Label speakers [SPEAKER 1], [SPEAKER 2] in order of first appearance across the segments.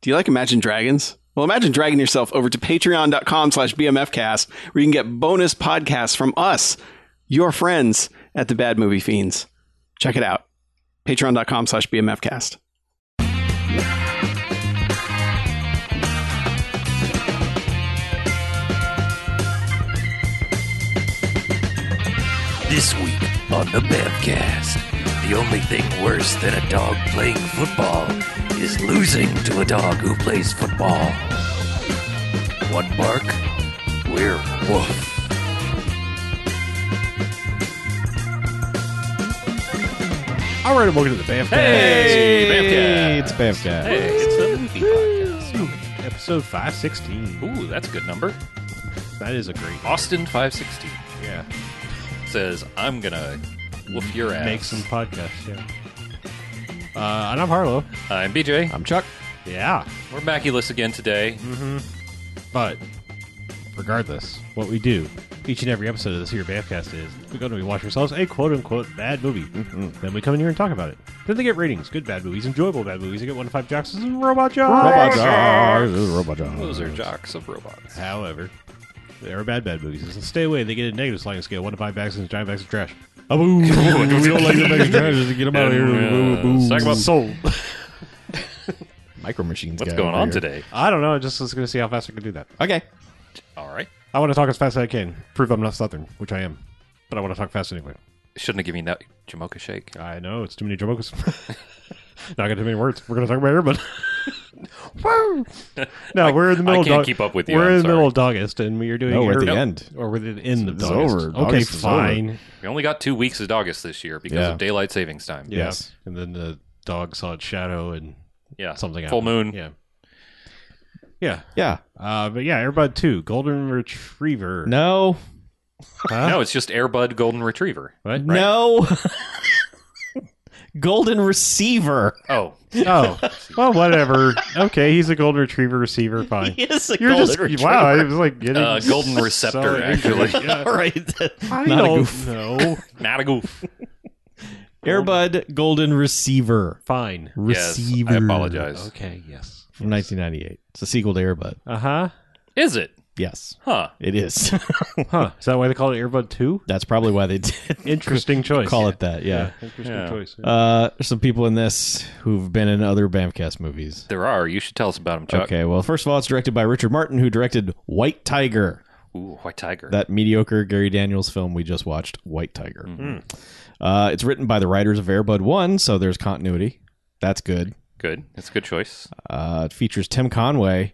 [SPEAKER 1] Do you like Imagine Dragons? Well, imagine dragging yourself over to patreon.com slash bmfcast where you can get bonus podcasts from us, your friends at the Bad Movie Fiends. Check it out. Patreon.com slash bmfcast.
[SPEAKER 2] This week on the Bamcast, the only thing worse than a dog playing football is losing to a dog who plays football. One bark, we're woof.
[SPEAKER 3] All right, welcome to the BAMFcast.
[SPEAKER 4] Hey,
[SPEAKER 3] it's BAMFcast.
[SPEAKER 4] Hey, it's the movie podcast.
[SPEAKER 3] Episode 516.
[SPEAKER 4] Ooh, that's a good number.
[SPEAKER 3] That is a great,
[SPEAKER 4] Austin five sixteen
[SPEAKER 3] yeah.
[SPEAKER 4] says, "I'm gonna woof your ass."
[SPEAKER 3] Make some podcasts, yeah. Uh, and I'm Harlow.
[SPEAKER 4] I'm BJ.
[SPEAKER 1] I'm Chuck.
[SPEAKER 3] Yeah.
[SPEAKER 4] We're Maculus again today.
[SPEAKER 3] Hmm. But regardless, what we do each and every episode of this here BAMFcast is we go and we watch ourselves a quote unquote bad movie. Then we come in here and talk about it. Then they get ratings good bad movies, enjoyable bad movies. They get one to five jocks and robot jocks.
[SPEAKER 5] Robot Jaws. This is Robot Jaws.
[SPEAKER 4] Those are jocks of robots.
[SPEAKER 3] However, there are bad bad movies. So stay away. They get a negative sliding scale. One to five bags and giant bags of trash. Oh, Aboo.
[SPEAKER 5] we don't like the Mexican drivers. Get them out of here.
[SPEAKER 4] And, uh,
[SPEAKER 5] Boo,
[SPEAKER 4] talk
[SPEAKER 5] boo.
[SPEAKER 4] about soul.
[SPEAKER 5] Micro machines.
[SPEAKER 4] What's
[SPEAKER 5] guy
[SPEAKER 4] going
[SPEAKER 5] over
[SPEAKER 4] on
[SPEAKER 5] here.
[SPEAKER 4] today?
[SPEAKER 3] I don't know. I just was going to see how fast I can do that.
[SPEAKER 5] Okay.
[SPEAKER 4] All right.
[SPEAKER 3] I want to talk as fast as I can. Prove I'm not Southern, which I am. But I want to talk fast anyway.
[SPEAKER 4] Shouldn't have given you that Jamocha shake.
[SPEAKER 3] I know. It's too many jokes. not going to too many words. We're going to talk about everybody. no, we're in the middle.
[SPEAKER 4] I can't
[SPEAKER 3] of dog-
[SPEAKER 4] keep up with you,
[SPEAKER 3] We're
[SPEAKER 4] I'm
[SPEAKER 3] in the
[SPEAKER 4] sorry.
[SPEAKER 3] middle of August, and we are doing.
[SPEAKER 5] No, we're Oh, at the
[SPEAKER 3] Arab-
[SPEAKER 5] end.
[SPEAKER 3] Or we're in the
[SPEAKER 5] It's
[SPEAKER 3] August.
[SPEAKER 5] over.
[SPEAKER 3] Okay,
[SPEAKER 5] August is over.
[SPEAKER 3] fine.
[SPEAKER 4] We only got two weeks of August this year because
[SPEAKER 5] Yeah.
[SPEAKER 4] of daylight savings time.
[SPEAKER 3] Yeah.
[SPEAKER 5] Yes.
[SPEAKER 3] And then the dog saw its shadow and
[SPEAKER 4] Yeah.
[SPEAKER 3] something.
[SPEAKER 4] Full
[SPEAKER 3] happened.
[SPEAKER 4] moon.
[SPEAKER 3] Yeah. Yeah.
[SPEAKER 5] Yeah.
[SPEAKER 3] Uh, but yeah, Airbud 2, Golden Retriever.
[SPEAKER 5] No.
[SPEAKER 3] Huh?
[SPEAKER 4] No, it's just Airbud Golden Retriever.
[SPEAKER 3] What?
[SPEAKER 5] No. Golden receiver.
[SPEAKER 4] Oh,
[SPEAKER 3] Oh, well, whatever. Okay, he's a golden retriever receiver. Fine.
[SPEAKER 5] Yes, a
[SPEAKER 3] You're
[SPEAKER 5] golden
[SPEAKER 3] just
[SPEAKER 5] retriever.
[SPEAKER 3] wow. I was like getting
[SPEAKER 4] uh, Golden Receptor,
[SPEAKER 3] so angry.
[SPEAKER 4] actually.
[SPEAKER 3] Yeah.
[SPEAKER 5] All right.
[SPEAKER 3] I
[SPEAKER 5] Not a
[SPEAKER 3] don't
[SPEAKER 5] goof.
[SPEAKER 3] know.
[SPEAKER 4] Not a goof.
[SPEAKER 5] Airbud Golden Receiver.
[SPEAKER 3] Fine.
[SPEAKER 5] Receiver.
[SPEAKER 4] Yes, I apologize.
[SPEAKER 3] Okay. Yes.
[SPEAKER 5] From 1998. It's a sequel to Airbud.
[SPEAKER 3] Uh huh.
[SPEAKER 4] Is it?
[SPEAKER 5] Yes,
[SPEAKER 4] Huh.
[SPEAKER 5] it is.
[SPEAKER 3] Huh. Is that why they call it Airbud Two?
[SPEAKER 5] That's probably why they did
[SPEAKER 3] Interesting choice.
[SPEAKER 5] call it that. Yeah.
[SPEAKER 3] Interesting
[SPEAKER 4] Yeah.
[SPEAKER 3] choice.
[SPEAKER 5] Uh, there's some people in this who've been in other Bamcast movies.
[SPEAKER 4] There are. You should tell us about them, Chuck.
[SPEAKER 5] Okay, well, first of all, it's directed by Richard Martin, who directed White Tiger,
[SPEAKER 4] Ooh, White Tiger.
[SPEAKER 5] that mediocre Gary Daniels film we just watched, White Tiger.
[SPEAKER 3] Hmm.
[SPEAKER 5] Uh, it's written by the writers of Airbud 1, so there's continuity. That's good.
[SPEAKER 4] good. That's a good choice.
[SPEAKER 5] Uh, it features Tim Conway,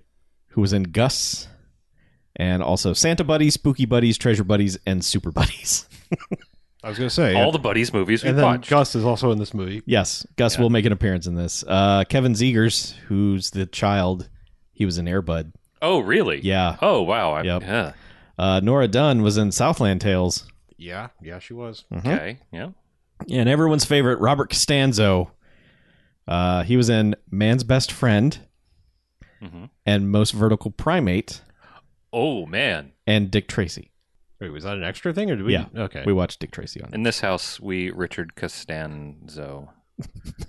[SPEAKER 5] who was in Gus, and also Santa Buddies, Spooky Buddies, Treasure Buddies, and Super Buddies.
[SPEAKER 3] I was gonna say.
[SPEAKER 4] All the buddies movies we
[SPEAKER 3] and then
[SPEAKER 4] watched.
[SPEAKER 3] Gus is also in this movie.
[SPEAKER 5] Yes, Gus
[SPEAKER 4] Yeah.
[SPEAKER 5] will make an appearance in this. Uh, Kevin Zegers, who's the child, he was in Airbud.
[SPEAKER 4] oh, really?
[SPEAKER 5] Yeah.
[SPEAKER 4] Oh, wow. I,
[SPEAKER 5] Yep.
[SPEAKER 4] Yeah.
[SPEAKER 5] Uh, Nora Dunn was in Southland Tales,
[SPEAKER 3] Yeah. Yeah, she was.
[SPEAKER 5] Mm-hmm.
[SPEAKER 4] Okay. Yeah.
[SPEAKER 5] and everyone's favorite Robert Costanzo. Uh, he was in Man's Best Friend,
[SPEAKER 4] Mhm.
[SPEAKER 5] and Most Vertical Primate,
[SPEAKER 4] Oh man.
[SPEAKER 5] and Dick Tracy.
[SPEAKER 3] Wait, was that an extra thing or did we?
[SPEAKER 5] Yeah.
[SPEAKER 3] Okay.
[SPEAKER 5] We watched Dick Tracy on. it.
[SPEAKER 4] In this house, we Richard Costanzo.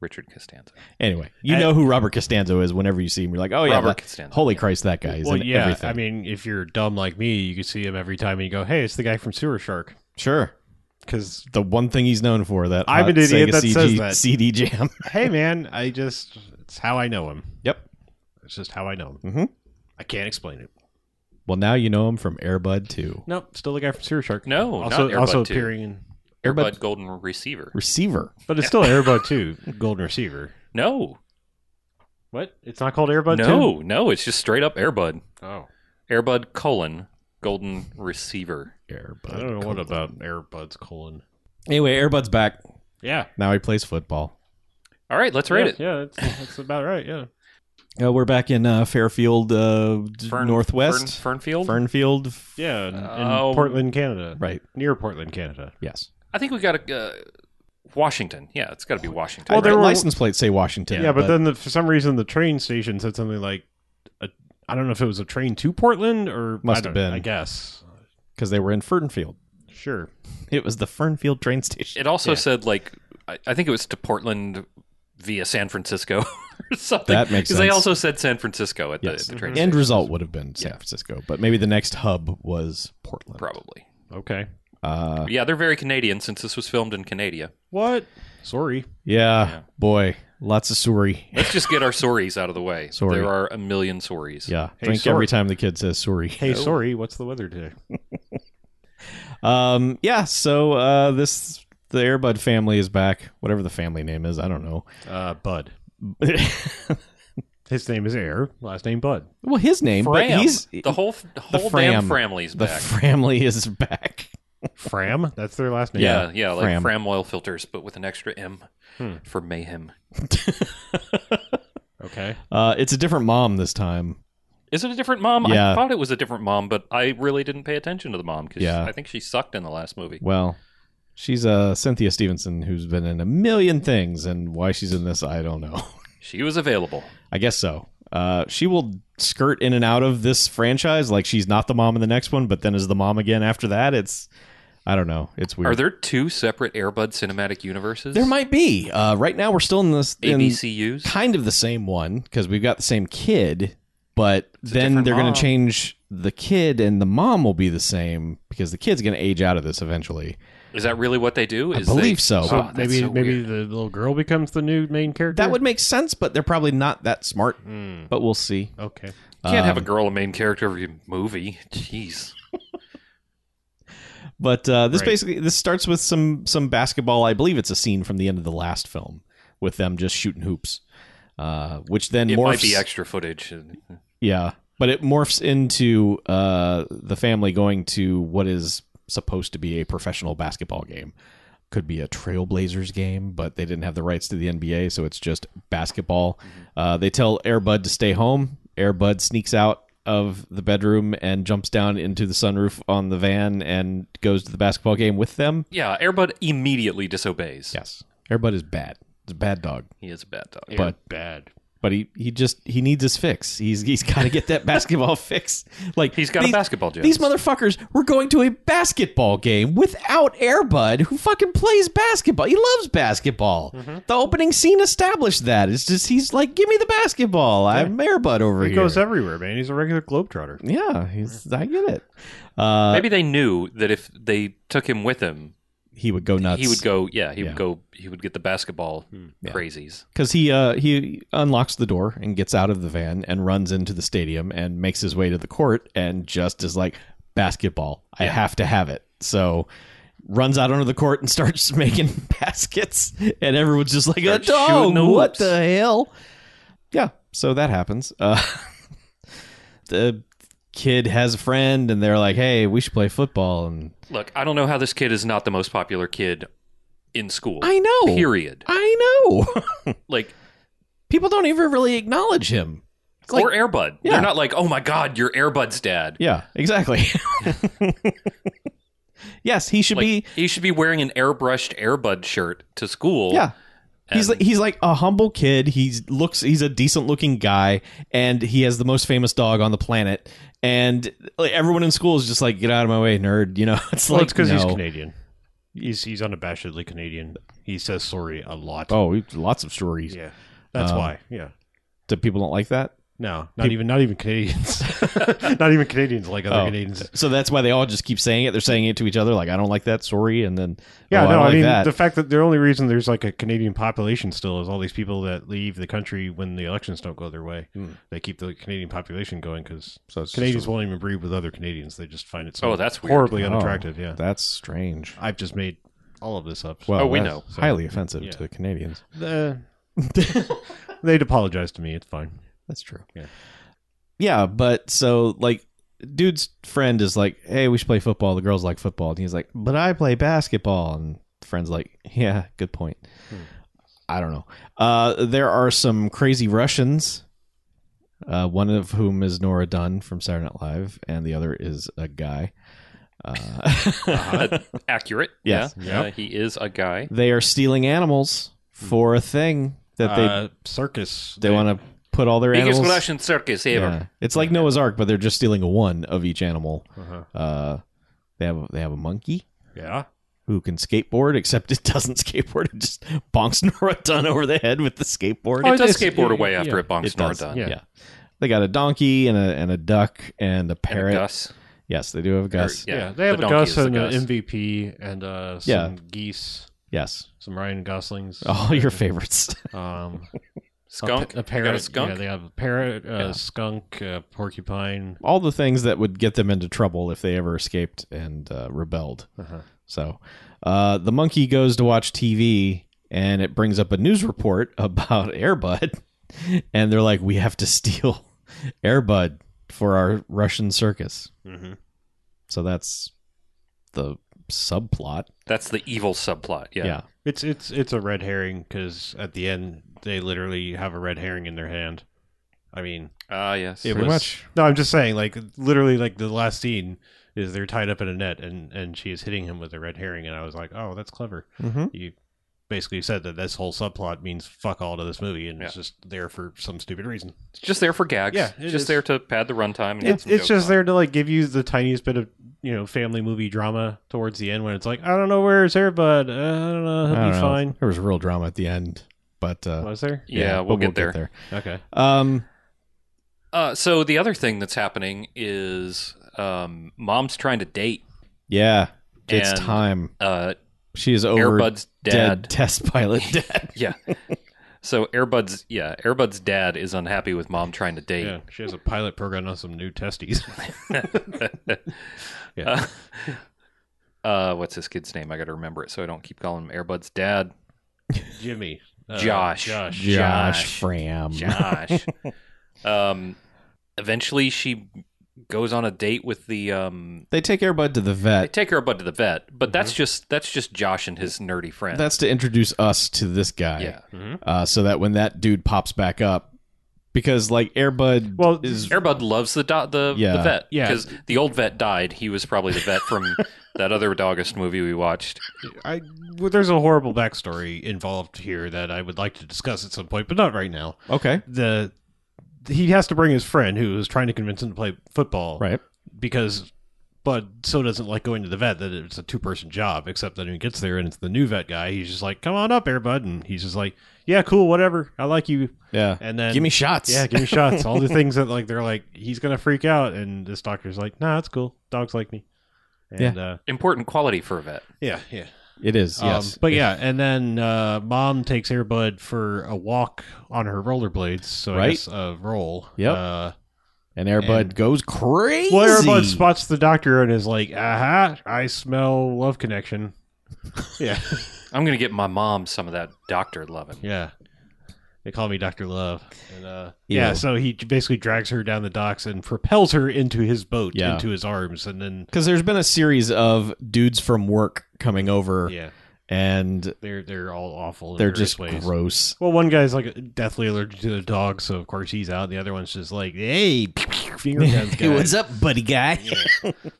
[SPEAKER 4] Richard Costanzo.
[SPEAKER 5] Anyway, you
[SPEAKER 3] I-
[SPEAKER 5] know who Robert Costanzo is whenever you see him. You're like, oh yeah,
[SPEAKER 4] Robert
[SPEAKER 5] that-
[SPEAKER 4] Costanzo,
[SPEAKER 5] holy
[SPEAKER 4] yeah.
[SPEAKER 5] Christ, that guy is
[SPEAKER 3] well,
[SPEAKER 5] in
[SPEAKER 3] yeah.
[SPEAKER 5] everything.
[SPEAKER 3] I mean, if you're dumb like me, you can see him every time and you go, "Hey, it's the guy from Sewer Shark."
[SPEAKER 5] sure,
[SPEAKER 3] Because
[SPEAKER 5] the one thing he's known for that
[SPEAKER 3] I'm
[SPEAKER 5] hot
[SPEAKER 3] an idiot
[SPEAKER 5] Sega
[SPEAKER 3] that
[SPEAKER 5] CG,
[SPEAKER 3] says that.
[SPEAKER 5] CD jam.
[SPEAKER 3] hey man i just it's how i know him
[SPEAKER 5] yep.
[SPEAKER 3] it's just how i know him
[SPEAKER 5] Mhm.
[SPEAKER 3] i can't explain it
[SPEAKER 5] Well, now you know him from Airbud 2.
[SPEAKER 3] nope still the guy from Sewer Shark
[SPEAKER 4] No,
[SPEAKER 3] also
[SPEAKER 4] not Airbud
[SPEAKER 3] also
[SPEAKER 4] 2.
[SPEAKER 3] appearing in
[SPEAKER 4] Airbud Golden Receiver.
[SPEAKER 5] Receiver.
[SPEAKER 3] but it's still airbud 2 golden receiver
[SPEAKER 4] No.
[SPEAKER 3] what it's not called airbud
[SPEAKER 4] no. No. It's just straight up Airbud.
[SPEAKER 3] 2 oh
[SPEAKER 4] Airbud colon Golden Receiver.
[SPEAKER 5] Airbud.
[SPEAKER 3] i don't know what about airbud's colon
[SPEAKER 5] Anyway, Airbud's back.
[SPEAKER 3] yeah
[SPEAKER 5] Now he plays football.
[SPEAKER 4] All right. Let's rate
[SPEAKER 3] yeah,
[SPEAKER 4] it.
[SPEAKER 3] yeah that's, that's about right yeah
[SPEAKER 5] Uh, we're back in uh, Fairfield, uh, d-
[SPEAKER 4] Fern-
[SPEAKER 5] Northwest.
[SPEAKER 4] Fern, Fernfield.
[SPEAKER 5] Fernfield. F-
[SPEAKER 3] yeah in, in
[SPEAKER 4] Oh.
[SPEAKER 3] portland canada
[SPEAKER 5] Right.
[SPEAKER 3] near portland canada
[SPEAKER 5] Yes.
[SPEAKER 4] I think we got a uh, Washington. Yeah, it's got to be Washington.
[SPEAKER 5] Well,
[SPEAKER 3] there
[SPEAKER 5] their
[SPEAKER 3] were-
[SPEAKER 5] license plates say Washington.
[SPEAKER 3] yeah, but, then the, for some reason the train station said something like a, i don't know if it was a train to portland or I
[SPEAKER 5] Must have
[SPEAKER 3] don't-
[SPEAKER 5] been.
[SPEAKER 3] i guess
[SPEAKER 5] Because they were in Fernfield.
[SPEAKER 3] sure
[SPEAKER 5] It was the Fernfield train station.
[SPEAKER 4] It also said like I, I think it was to Portland via San Francisco or something.
[SPEAKER 5] That makes
[SPEAKER 4] they
[SPEAKER 5] sense.
[SPEAKER 4] also said San Francisco at the,
[SPEAKER 5] Yes.
[SPEAKER 4] at the train
[SPEAKER 5] End
[SPEAKER 4] station.
[SPEAKER 5] result would have been San
[SPEAKER 4] Yeah.
[SPEAKER 5] Francisco, but maybe the next hub was Portland.
[SPEAKER 4] Probably.
[SPEAKER 3] Okay.
[SPEAKER 5] Uh,
[SPEAKER 4] Yeah, they're very Canadian since this was filmed in Canada.
[SPEAKER 3] What? Sorry.
[SPEAKER 5] yeah,
[SPEAKER 4] Yeah.
[SPEAKER 5] boy, lots of sorry.
[SPEAKER 4] Let's just get our sorries out of the way.
[SPEAKER 5] Sorry.
[SPEAKER 4] There are a million sorries.
[SPEAKER 5] Yeah,
[SPEAKER 3] Hey,
[SPEAKER 5] drink
[SPEAKER 3] sorry.
[SPEAKER 5] every time the kid says sorry.
[SPEAKER 3] Hey, sorry. What's the weather today?
[SPEAKER 5] Um, yeah, so uh, this the Airbud family is back. Whatever the family name is, I don't know.
[SPEAKER 3] Uh, Bud. His name is Air. Last name Bud.
[SPEAKER 5] well, his name,
[SPEAKER 4] Fram.
[SPEAKER 5] but he's
[SPEAKER 4] the whole the whole damn family's
[SPEAKER 5] the
[SPEAKER 4] back.
[SPEAKER 5] family is back.
[SPEAKER 3] Fram. That's their last name.
[SPEAKER 4] yeah, yeah, like
[SPEAKER 5] Fram. Hmm.
[SPEAKER 4] Fram. oil filters, but with an extra M for mayhem.
[SPEAKER 3] Okay.
[SPEAKER 5] Uh, it's a different mom this time.
[SPEAKER 4] Is it a different mom?
[SPEAKER 5] Yeah.
[SPEAKER 4] I thought it was a different mom, but I really didn't pay attention to the mom because
[SPEAKER 5] Yeah.
[SPEAKER 4] I think she sucked in the last movie.
[SPEAKER 5] Well, she's uh, Cynthia Stevenson, who's been in a million things, and why she's in this, I don't know.
[SPEAKER 4] She was available.
[SPEAKER 5] I guess so. Uh, she will skirt in and out of this franchise, like she's not the mom in the next one, but then is the mom again after that. It's, I don't know. It's weird.
[SPEAKER 4] Are there two separate Airbud cinematic universes?
[SPEAKER 5] There might be. Uh, right now, we're still in this in
[SPEAKER 4] ABCUs.
[SPEAKER 5] kind of the same one because we've got the same kid, but
[SPEAKER 4] a
[SPEAKER 5] then
[SPEAKER 4] different
[SPEAKER 5] they're going
[SPEAKER 4] mom.
[SPEAKER 5] to change the kid, and the mom will be the same because the kid's going to age out of this eventually.
[SPEAKER 4] Is that really what they do?
[SPEAKER 5] I
[SPEAKER 4] Is
[SPEAKER 5] believe
[SPEAKER 4] they,
[SPEAKER 5] so.
[SPEAKER 4] Wow,
[SPEAKER 5] So
[SPEAKER 4] that's
[SPEAKER 3] maybe
[SPEAKER 4] so
[SPEAKER 3] maybe
[SPEAKER 4] weird.
[SPEAKER 3] the little girl becomes the new main character.
[SPEAKER 5] That would make sense, but they're probably not that smart.
[SPEAKER 4] Hmm.
[SPEAKER 5] But we'll see.
[SPEAKER 3] Okay.
[SPEAKER 4] You can't have
[SPEAKER 5] Um,
[SPEAKER 4] a girl a main character of your movie. Jeez.
[SPEAKER 5] But uh, this
[SPEAKER 3] Right.
[SPEAKER 5] basically this starts with some some basketball. I believe it's a scene from the end of the last film with them just shooting hoops, uh, which then
[SPEAKER 4] It
[SPEAKER 5] morphs.
[SPEAKER 4] might be extra footage.
[SPEAKER 5] Yeah, but it morphs into uh, the family going to what is supposed to be a professional basketball game. Could be a Trailblazers game, but they didn't have the rights to the NBA, so it's just basketball.
[SPEAKER 4] Mm-hmm.
[SPEAKER 5] Uh, they tell Airbud to stay home. Airbud sneaks out of the bedroom and jumps down into the sunroof on the van and goes to the basketball game with them.
[SPEAKER 4] Yeah, Airbud immediately disobeys.
[SPEAKER 5] Yes, Airbud is bad. He's a bad dog,
[SPEAKER 4] He is a bad dog.
[SPEAKER 5] but
[SPEAKER 3] Bad.
[SPEAKER 5] but he, he just he needs his fix. He's he's got to get that basketball fix. Like
[SPEAKER 4] He's got a
[SPEAKER 5] these-
[SPEAKER 4] basketball job.
[SPEAKER 5] These motherfuckers were going to a basketball game without Airbud, who fucking plays basketball. He loves basketball. The opening scene established that. It's just he's like, give me the basketball. I'm Airbud over
[SPEAKER 3] He
[SPEAKER 5] here.
[SPEAKER 3] goes everywhere, man. He's a regular globetrotter.
[SPEAKER 5] yeah, he's, I get it. Uh,
[SPEAKER 4] Maybe they knew that if they took him with him,
[SPEAKER 5] he would go nuts.
[SPEAKER 4] he would go. Yeah, he
[SPEAKER 5] Yeah.
[SPEAKER 4] would go. He would get the basketball
[SPEAKER 3] Hmm.
[SPEAKER 4] crazies.
[SPEAKER 5] because he uh, he unlocks the door and gets out of the van and runs into the stadium and makes his way to the court and just is like basketball. I have to have it. So runs out onto the court and starts making baskets and everyone's just like a
[SPEAKER 4] Starts shooting
[SPEAKER 5] dog.
[SPEAKER 4] the
[SPEAKER 5] What
[SPEAKER 4] hoops."
[SPEAKER 5] the hell? Yeah, so that happens. Uh, the kid has a friend and they're like, "Hey, we should play football." And
[SPEAKER 4] Look, I don't know how this kid is not the most popular kid in school.
[SPEAKER 5] I know.
[SPEAKER 4] Period.
[SPEAKER 5] I know.
[SPEAKER 4] Like
[SPEAKER 5] People don't even really acknowledge him. It's like-
[SPEAKER 4] or Airbud.
[SPEAKER 5] Yeah.
[SPEAKER 4] They're not like, oh my god, you're Airbud's dad.
[SPEAKER 5] Yeah, exactly. yes, he should
[SPEAKER 4] Like,
[SPEAKER 5] be.
[SPEAKER 4] he should be wearing an airbrushed Airbud shirt to school.
[SPEAKER 5] Yeah. He's
[SPEAKER 4] and-
[SPEAKER 5] like, he's like a humble kid. He's looks he's a decent looking guy, and he has the most famous dog on the planet. And like, everyone in school is just like, get out of my way, nerd. You know, it's
[SPEAKER 3] Well,
[SPEAKER 5] like
[SPEAKER 3] it's because he's
[SPEAKER 5] no.
[SPEAKER 3] Canadian. He's he's unabashedly Canadian. He says sorry a lot.
[SPEAKER 5] Oh, we- lots of stories
[SPEAKER 3] yeah. That's
[SPEAKER 5] Um,
[SPEAKER 3] why. Yeah.
[SPEAKER 5] that people don't like that.
[SPEAKER 3] No, not even not even Canadians. not even Canadians like other
[SPEAKER 5] Oh.
[SPEAKER 3] Canadians.
[SPEAKER 5] So that's why they all just keep saying it. They're saying it to each other, like, I don't like that. Sorry, and then
[SPEAKER 3] Yeah,
[SPEAKER 5] "Oh,
[SPEAKER 3] no,
[SPEAKER 5] I,
[SPEAKER 3] I,
[SPEAKER 5] don't like
[SPEAKER 3] mean
[SPEAKER 5] that.
[SPEAKER 3] the fact that the only reason there's like a Canadian population still is all these people that leave the country when the elections don't go their way. They keep the Canadian population going because
[SPEAKER 5] Hmm. So it's
[SPEAKER 3] Canadians
[SPEAKER 5] just
[SPEAKER 3] won't even breed with other Canadians. They just find it so
[SPEAKER 4] Oh, that's weird.
[SPEAKER 3] horribly
[SPEAKER 5] Oh,
[SPEAKER 3] unattractive. Yeah,
[SPEAKER 5] that's strange.
[SPEAKER 3] I've just made all of this up.
[SPEAKER 5] Well,
[SPEAKER 4] Oh, we
[SPEAKER 5] that's
[SPEAKER 4] know.
[SPEAKER 5] highly offensive
[SPEAKER 3] yeah.
[SPEAKER 5] to the Canadians.
[SPEAKER 3] Uh, they'd apologize to me. It's fine.
[SPEAKER 5] That's true.
[SPEAKER 3] Yeah.
[SPEAKER 5] Yeah, but so like dude's friend is like, "Hey, we should play football. The girls like football." And he's like, "But I play basketball." And the friend's like, "Yeah, good point." I don't know. Uh there are some crazy Russians. Uh one of whom is Nora Dunn from Saturday Night Live and the other is a guy. Uh,
[SPEAKER 4] Uh, accurate.
[SPEAKER 5] Yes.
[SPEAKER 4] Yeah. Uh, he is a guy.
[SPEAKER 5] they are stealing animals for a thing that they
[SPEAKER 3] uh, circus.
[SPEAKER 5] they want to put all their
[SPEAKER 4] Biggest
[SPEAKER 5] animals
[SPEAKER 4] Russian circus
[SPEAKER 5] Yeah.
[SPEAKER 4] ever.
[SPEAKER 5] It's like Noah's Ark, but they're just stealing one of each animal.
[SPEAKER 3] Uh-huh.
[SPEAKER 5] Uh, they have a, they have a monkey.
[SPEAKER 3] Yeah.
[SPEAKER 5] who can skateboard, except it doesn't skateboard. It just bonks Nora Dunn over the head with the skateboard.
[SPEAKER 4] it does
[SPEAKER 3] it's-
[SPEAKER 4] skateboard
[SPEAKER 3] Oh, yeah,
[SPEAKER 4] away
[SPEAKER 3] yeah,
[SPEAKER 4] after it bonks
[SPEAKER 5] It
[SPEAKER 4] Nora
[SPEAKER 5] does,
[SPEAKER 4] Dunn.
[SPEAKER 5] Yeah.
[SPEAKER 3] Yeah.
[SPEAKER 5] They got a donkey and a and a duck and a
[SPEAKER 4] And a
[SPEAKER 5] parrot.
[SPEAKER 4] Gus.
[SPEAKER 5] Yes, they do have a Gus.
[SPEAKER 4] Yeah,
[SPEAKER 3] Yeah,
[SPEAKER 4] the
[SPEAKER 3] they have a
[SPEAKER 4] donkey
[SPEAKER 3] Gus
[SPEAKER 4] is the
[SPEAKER 3] and
[SPEAKER 4] Gus.
[SPEAKER 3] an MVP and uh, some
[SPEAKER 5] Yeah. Oh.
[SPEAKER 3] geese,
[SPEAKER 5] Yes.
[SPEAKER 3] some Ryan Goslings.
[SPEAKER 5] All your favorites.
[SPEAKER 3] Um,
[SPEAKER 4] Skunk.
[SPEAKER 3] a,
[SPEAKER 4] You got
[SPEAKER 3] parrot.
[SPEAKER 4] a skunk.
[SPEAKER 3] Yeah, they have a parrot, uh,
[SPEAKER 5] Yeah.
[SPEAKER 3] skunk, uh, porcupine.
[SPEAKER 5] All the things that would get them into trouble if they ever escaped and uh, rebelled.
[SPEAKER 4] Uh-huh.
[SPEAKER 5] So uh, the monkey goes to watch TV and it brings up a news report about Airbud. And they're like, we have to steal Airbud for our Russian circus.
[SPEAKER 3] Mm-hmm.
[SPEAKER 5] So that's the subplot.
[SPEAKER 4] That's the evil subplot. Yeah.
[SPEAKER 5] yeah.
[SPEAKER 3] It's it's it's a red herring because at the end they literally have a red herring in their hand. I mean,
[SPEAKER 4] Ah, yes.
[SPEAKER 3] it
[SPEAKER 5] Pretty
[SPEAKER 3] was
[SPEAKER 5] much.
[SPEAKER 3] no. I'm just saying, like literally, like the last scene is they're tied up in a net and and she is hitting him with a red herring, and I was like, oh, that's clever.
[SPEAKER 5] Mm-hmm.
[SPEAKER 3] You basically said that this whole subplot means fuck all to this movie, and it's
[SPEAKER 4] Yeah.
[SPEAKER 3] just there for some stupid reason.
[SPEAKER 4] It's just there for gags.
[SPEAKER 3] Yeah, it
[SPEAKER 4] just
[SPEAKER 3] is.
[SPEAKER 4] there to pad the runtime. And get
[SPEAKER 3] it's
[SPEAKER 4] some
[SPEAKER 3] it's
[SPEAKER 4] jokes
[SPEAKER 3] just
[SPEAKER 4] on.
[SPEAKER 3] there to like give you the tiniest bit of you know family movie drama towards the end when it's like I don't know where's Airbud. Uh, I don't know. He'll
[SPEAKER 5] I don't
[SPEAKER 3] be
[SPEAKER 5] know.
[SPEAKER 3] fine.
[SPEAKER 5] There was real drama at the end, but uh,
[SPEAKER 3] Was there?
[SPEAKER 4] Yeah, we'll,
[SPEAKER 5] but
[SPEAKER 4] get, there.
[SPEAKER 3] Okay.
[SPEAKER 5] Um,
[SPEAKER 4] Uh, so the other thing that's happening is um, mom's trying to date
[SPEAKER 5] yeah, it's
[SPEAKER 4] And-
[SPEAKER 5] time.
[SPEAKER 4] uh,
[SPEAKER 5] She is over
[SPEAKER 4] Airbud's
[SPEAKER 5] dead
[SPEAKER 4] dad.
[SPEAKER 5] test pilot dad.
[SPEAKER 4] Yeah. so Airbud's yeah, Airbud's dad is unhappy with mom trying to date.
[SPEAKER 3] Yeah, she has a pilot program on some new testes.
[SPEAKER 4] Uh, uh, what's this kid's name? I got to remember it so I don't keep calling him Airbud's dad.
[SPEAKER 3] Jimmy. Uh,
[SPEAKER 4] Josh.
[SPEAKER 3] Josh.
[SPEAKER 5] Josh Fram.
[SPEAKER 4] Josh. um, eventually, she goes on a date with the. Um,
[SPEAKER 5] They take Airbud to the
[SPEAKER 4] they
[SPEAKER 5] vet.
[SPEAKER 4] take her bud to the vet, but that's just that's just Josh and his nerdy friend.
[SPEAKER 5] Mm-hmm. That's to introduce us to this guy.
[SPEAKER 4] yeah.
[SPEAKER 3] Mm-hmm.
[SPEAKER 5] Uh, so that when that dude pops back up, because like Airbud
[SPEAKER 3] Well,
[SPEAKER 5] is
[SPEAKER 4] Airbud loves the do- the,
[SPEAKER 5] Yeah.
[SPEAKER 4] the vet
[SPEAKER 3] Yeah.
[SPEAKER 4] because the old vet died. He was probably the vet from that other August movie we watched.
[SPEAKER 3] I well, there's a horrible backstory involved here that I would like to discuss at some point, but not right now.
[SPEAKER 5] okay,
[SPEAKER 3] The he has to bring his friend who is trying to convince him to play football,
[SPEAKER 5] right?
[SPEAKER 3] Because Bud so doesn't like going to the vet that it's a two person job. Except that when he gets there and it's the new vet guy, he's just like, "Come on up, Air Bud," and he's just like, "Yeah, cool, whatever. I like you."
[SPEAKER 5] Yeah.
[SPEAKER 3] And then
[SPEAKER 5] Give me shots.
[SPEAKER 3] Yeah, give me shots. All the things that like they're like he's gonna freak out, and this doctor's like, "Nah, it's cool. Dogs like me." And, yeah, uh,
[SPEAKER 4] Important quality for a vet.
[SPEAKER 3] yeah, yeah.
[SPEAKER 5] It is. Yes.
[SPEAKER 3] Um, but yeah, and then uh, mom takes Airbud for a walk on her rollerblades. So
[SPEAKER 5] Right.
[SPEAKER 3] I guess a roll.
[SPEAKER 5] Yep.
[SPEAKER 3] Uh,
[SPEAKER 5] and Airbud
[SPEAKER 3] and-
[SPEAKER 5] goes crazy.
[SPEAKER 3] well, Airbud spots the doctor and is like, "Aha! I smell love connection." yeah,
[SPEAKER 4] I'm gonna get my mom some of that doctor loving.
[SPEAKER 3] yeah. They call me Doctor Love. And, uh,
[SPEAKER 5] Ew.
[SPEAKER 3] yeah. So he basically drags her down the docks and propels her into his boat,
[SPEAKER 5] Yeah.
[SPEAKER 3] into his arms, and then
[SPEAKER 5] because there's been a series of dudes from work coming over,
[SPEAKER 3] yeah,
[SPEAKER 5] and
[SPEAKER 3] they're they're all awful. in
[SPEAKER 5] they're
[SPEAKER 3] various
[SPEAKER 5] just
[SPEAKER 3] ways.
[SPEAKER 5] gross.
[SPEAKER 3] Well, one guy's like deathly allergic to the dog, so of course he's out. The other one's just like, hey, finger guns guy.
[SPEAKER 5] up, buddy guy?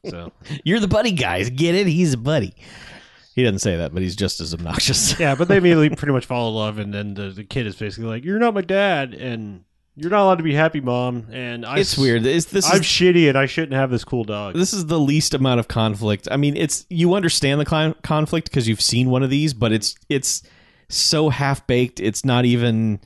[SPEAKER 3] So
[SPEAKER 5] You're the buddy guys. Get it? He's a buddy. He doesn't say that, but he's just as obnoxious.
[SPEAKER 3] yeah, but they immediately pretty much fall in love, and then the, the kid is basically like, you're not my dad, and you're not allowed to be happy, mom. And I,
[SPEAKER 5] it's weird. It's, this
[SPEAKER 3] I'm
[SPEAKER 5] is
[SPEAKER 3] shitty, and I shouldn't have this cool dog.
[SPEAKER 5] this is the least amount of conflict. I mean, it's you understand the con- conflict because you've seen one of these, but it's it's so half baked. It's not even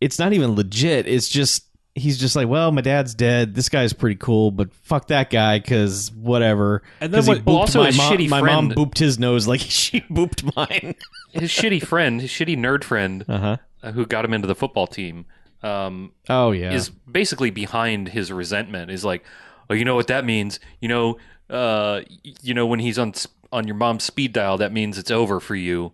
[SPEAKER 5] it's not even legit. It's just he's just like, well, my dad's dead. This guy's pretty cool, but fuck that guy because whatever.
[SPEAKER 3] And then
[SPEAKER 5] 'Cause he
[SPEAKER 3] what-
[SPEAKER 5] booped
[SPEAKER 4] well, also
[SPEAKER 5] my
[SPEAKER 4] his
[SPEAKER 5] mom,
[SPEAKER 4] shitty
[SPEAKER 5] my mom
[SPEAKER 4] friend-
[SPEAKER 5] booped his nose like she booped mine.
[SPEAKER 4] His shitty friend, his shitty nerd friend,
[SPEAKER 5] Uh huh.
[SPEAKER 4] uh, who got him into the football team, um,
[SPEAKER 5] Oh yeah.
[SPEAKER 4] is basically behind his resentment. Is like, oh, you know what that means? You know, uh, y- you know when he's on s- on your mom's speed dial, that means it's over for you.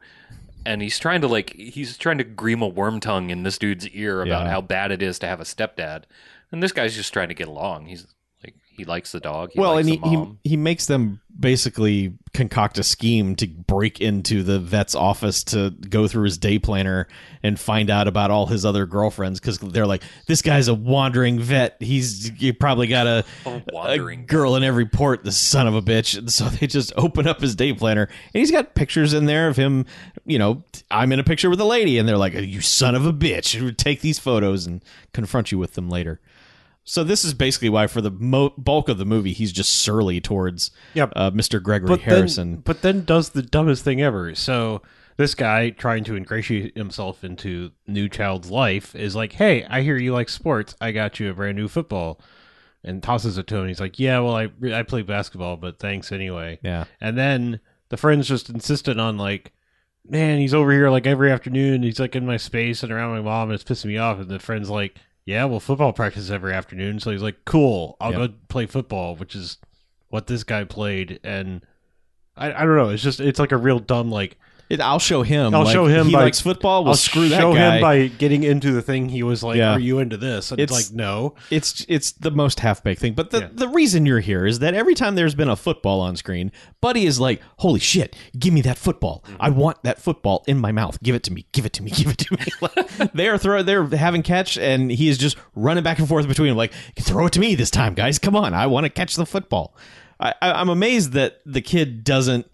[SPEAKER 4] And he's trying to like he's trying to green a worm tongue in this dude's ear about
[SPEAKER 5] Yeah.
[SPEAKER 4] how bad it is to have a stepdad, and this guy's just trying to get along. He's like he likes the dog. He
[SPEAKER 5] well,
[SPEAKER 4] likes the
[SPEAKER 5] and he, he
[SPEAKER 4] mom.
[SPEAKER 5] he makes them basically concoct a scheme to break into the vet's office to go through his day planner and find out about all his other girlfriends because they're like, this guy's a wandering vet. He's you probably got a,
[SPEAKER 4] A
[SPEAKER 5] a
[SPEAKER 4] wandering
[SPEAKER 5] girl in every port. The son of a bitch. And so they just open up his day planner and he's got pictures in there of him. You know, I'm in a picture with a lady, and they're like, you son of a bitch. Take these photos and confront you with them later. So this is basically why, for the mo- bulk of the movie, he's just surly towards
[SPEAKER 3] Yep.
[SPEAKER 5] uh, Mr. Gregory
[SPEAKER 3] but
[SPEAKER 5] Harrison.
[SPEAKER 3] Then, but then does the dumbest thing ever. So this guy trying to ingratiate himself into new child's life is like, "Hey, I hear you like sports. I got you a brand new football." And tosses it to him. He's like, "Yeah, well, I I play basketball, but thanks anyway."
[SPEAKER 5] yeah,
[SPEAKER 3] And then the friends just insisted on like, man, he's over here like every afternoon. He's like in my space and around my mom, and it's pissing me off. And the friend's like, yeah, well, football practice every afternoon. So he's like, cool, I'll
[SPEAKER 5] Yep.
[SPEAKER 3] go play football, which is what this guy played. And I, I don't know. It's just it's like a real dumb like.
[SPEAKER 5] it, I'll show him.
[SPEAKER 3] I'll
[SPEAKER 5] like,
[SPEAKER 3] show him
[SPEAKER 5] He
[SPEAKER 3] by-
[SPEAKER 5] likes football. Well,
[SPEAKER 3] I'll
[SPEAKER 5] screw that
[SPEAKER 3] show
[SPEAKER 5] guy.
[SPEAKER 3] him by getting into the thing he was like,
[SPEAKER 5] Yeah.
[SPEAKER 3] are you into this? And it's,
[SPEAKER 5] It's-
[SPEAKER 3] like, no.
[SPEAKER 5] it's it's the most half baked thing. But the,
[SPEAKER 3] Yeah.
[SPEAKER 5] the reason you're here is that every time there's been a football on screen, Buddy is like, "Holy shit, give me that football! I
[SPEAKER 4] Mm-hmm.
[SPEAKER 5] want that football in my mouth. Give it to me. Give it to me. Give it to me." Like, they are throw they're having catch, and he is just running back and forth between them, like, "Throw it to me this time, guys! Come on, I want to catch the football." I, I, I'm amazed that the kid doesn't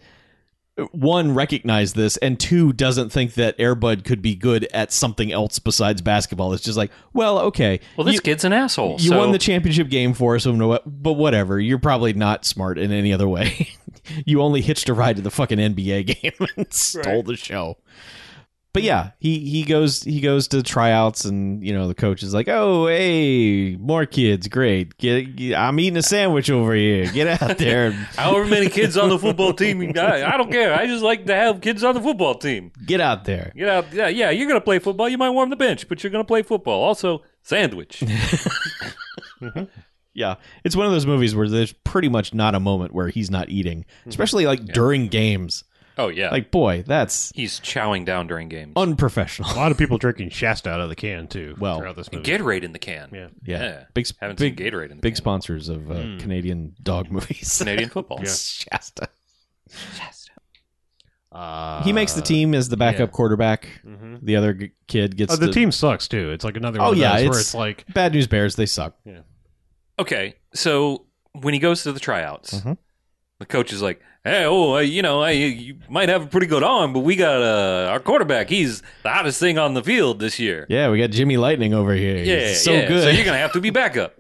[SPEAKER 5] one recognize this and two doesn't think that airbud could be good at something else besides basketball it's just like well okay
[SPEAKER 4] Well, this
[SPEAKER 5] You-
[SPEAKER 4] kid's an asshole.
[SPEAKER 5] you
[SPEAKER 4] so
[SPEAKER 5] won the championship game for us, and what- but whatever. You're probably not smart in any other way. you only hitched a ride to the fucking NBA game and stole the show. But yeah, he he goes he goes to tryouts, and you know the coach is like, "Oh, hey, more kids, great. Get, get- I'm eating a sandwich over here. Get out there, and
[SPEAKER 4] however many kids on the football team you got, I don't care. I just like to have kids on the football team.
[SPEAKER 5] get out there."
[SPEAKER 4] You know, yeah, yeah, you're gonna play football. You might warm the bench, but you're gonna play football. Also, sandwich.
[SPEAKER 5] Yeah, it's one of those movies where there's pretty much not a moment where he's not eating,
[SPEAKER 4] Hmm.
[SPEAKER 5] especially like during games.
[SPEAKER 4] Oh yeah,
[SPEAKER 5] Like, boy, that's
[SPEAKER 4] he's chowing down during games.
[SPEAKER 5] unprofessional.
[SPEAKER 3] A lot of people drinking Shasta out of the can, too,
[SPEAKER 5] Well,
[SPEAKER 3] throughout this movie.
[SPEAKER 4] Gatorade in the can.
[SPEAKER 3] Yeah.
[SPEAKER 5] Yeah.
[SPEAKER 4] Yeah.
[SPEAKER 5] Big s-
[SPEAKER 4] Haven't
[SPEAKER 5] big,
[SPEAKER 4] seen Gatorade in the
[SPEAKER 5] big
[SPEAKER 4] can.
[SPEAKER 5] sponsors of uh,
[SPEAKER 3] Hmm.
[SPEAKER 5] Canadian dog movies.
[SPEAKER 4] Canadian football.
[SPEAKER 5] Shasta.
[SPEAKER 3] Uh,
[SPEAKER 5] He makes the team as the backup
[SPEAKER 3] yeah.
[SPEAKER 5] quarterback.
[SPEAKER 3] Mhm.
[SPEAKER 5] The other g- kid gets
[SPEAKER 3] Oh, the
[SPEAKER 5] to-
[SPEAKER 3] team sucks, too. It's like another
[SPEAKER 5] Oh,
[SPEAKER 3] one of
[SPEAKER 5] yeah,
[SPEAKER 3] those
[SPEAKER 5] it's-
[SPEAKER 3] where it's like,
[SPEAKER 5] Bad news bears, they suck.
[SPEAKER 4] Okay, so when he goes to the tryouts,
[SPEAKER 5] Mhm.
[SPEAKER 4] the coach is like, "Hey, oh, uh, you know, I, you might have a pretty good arm, but we got uh, our quarterback. He's the hottest thing on the field this year.
[SPEAKER 5] Yeah, we got Jimmy Lightning over here. He's
[SPEAKER 4] yeah,
[SPEAKER 5] so
[SPEAKER 4] yeah.
[SPEAKER 5] good.
[SPEAKER 4] So you're gonna have to be backup."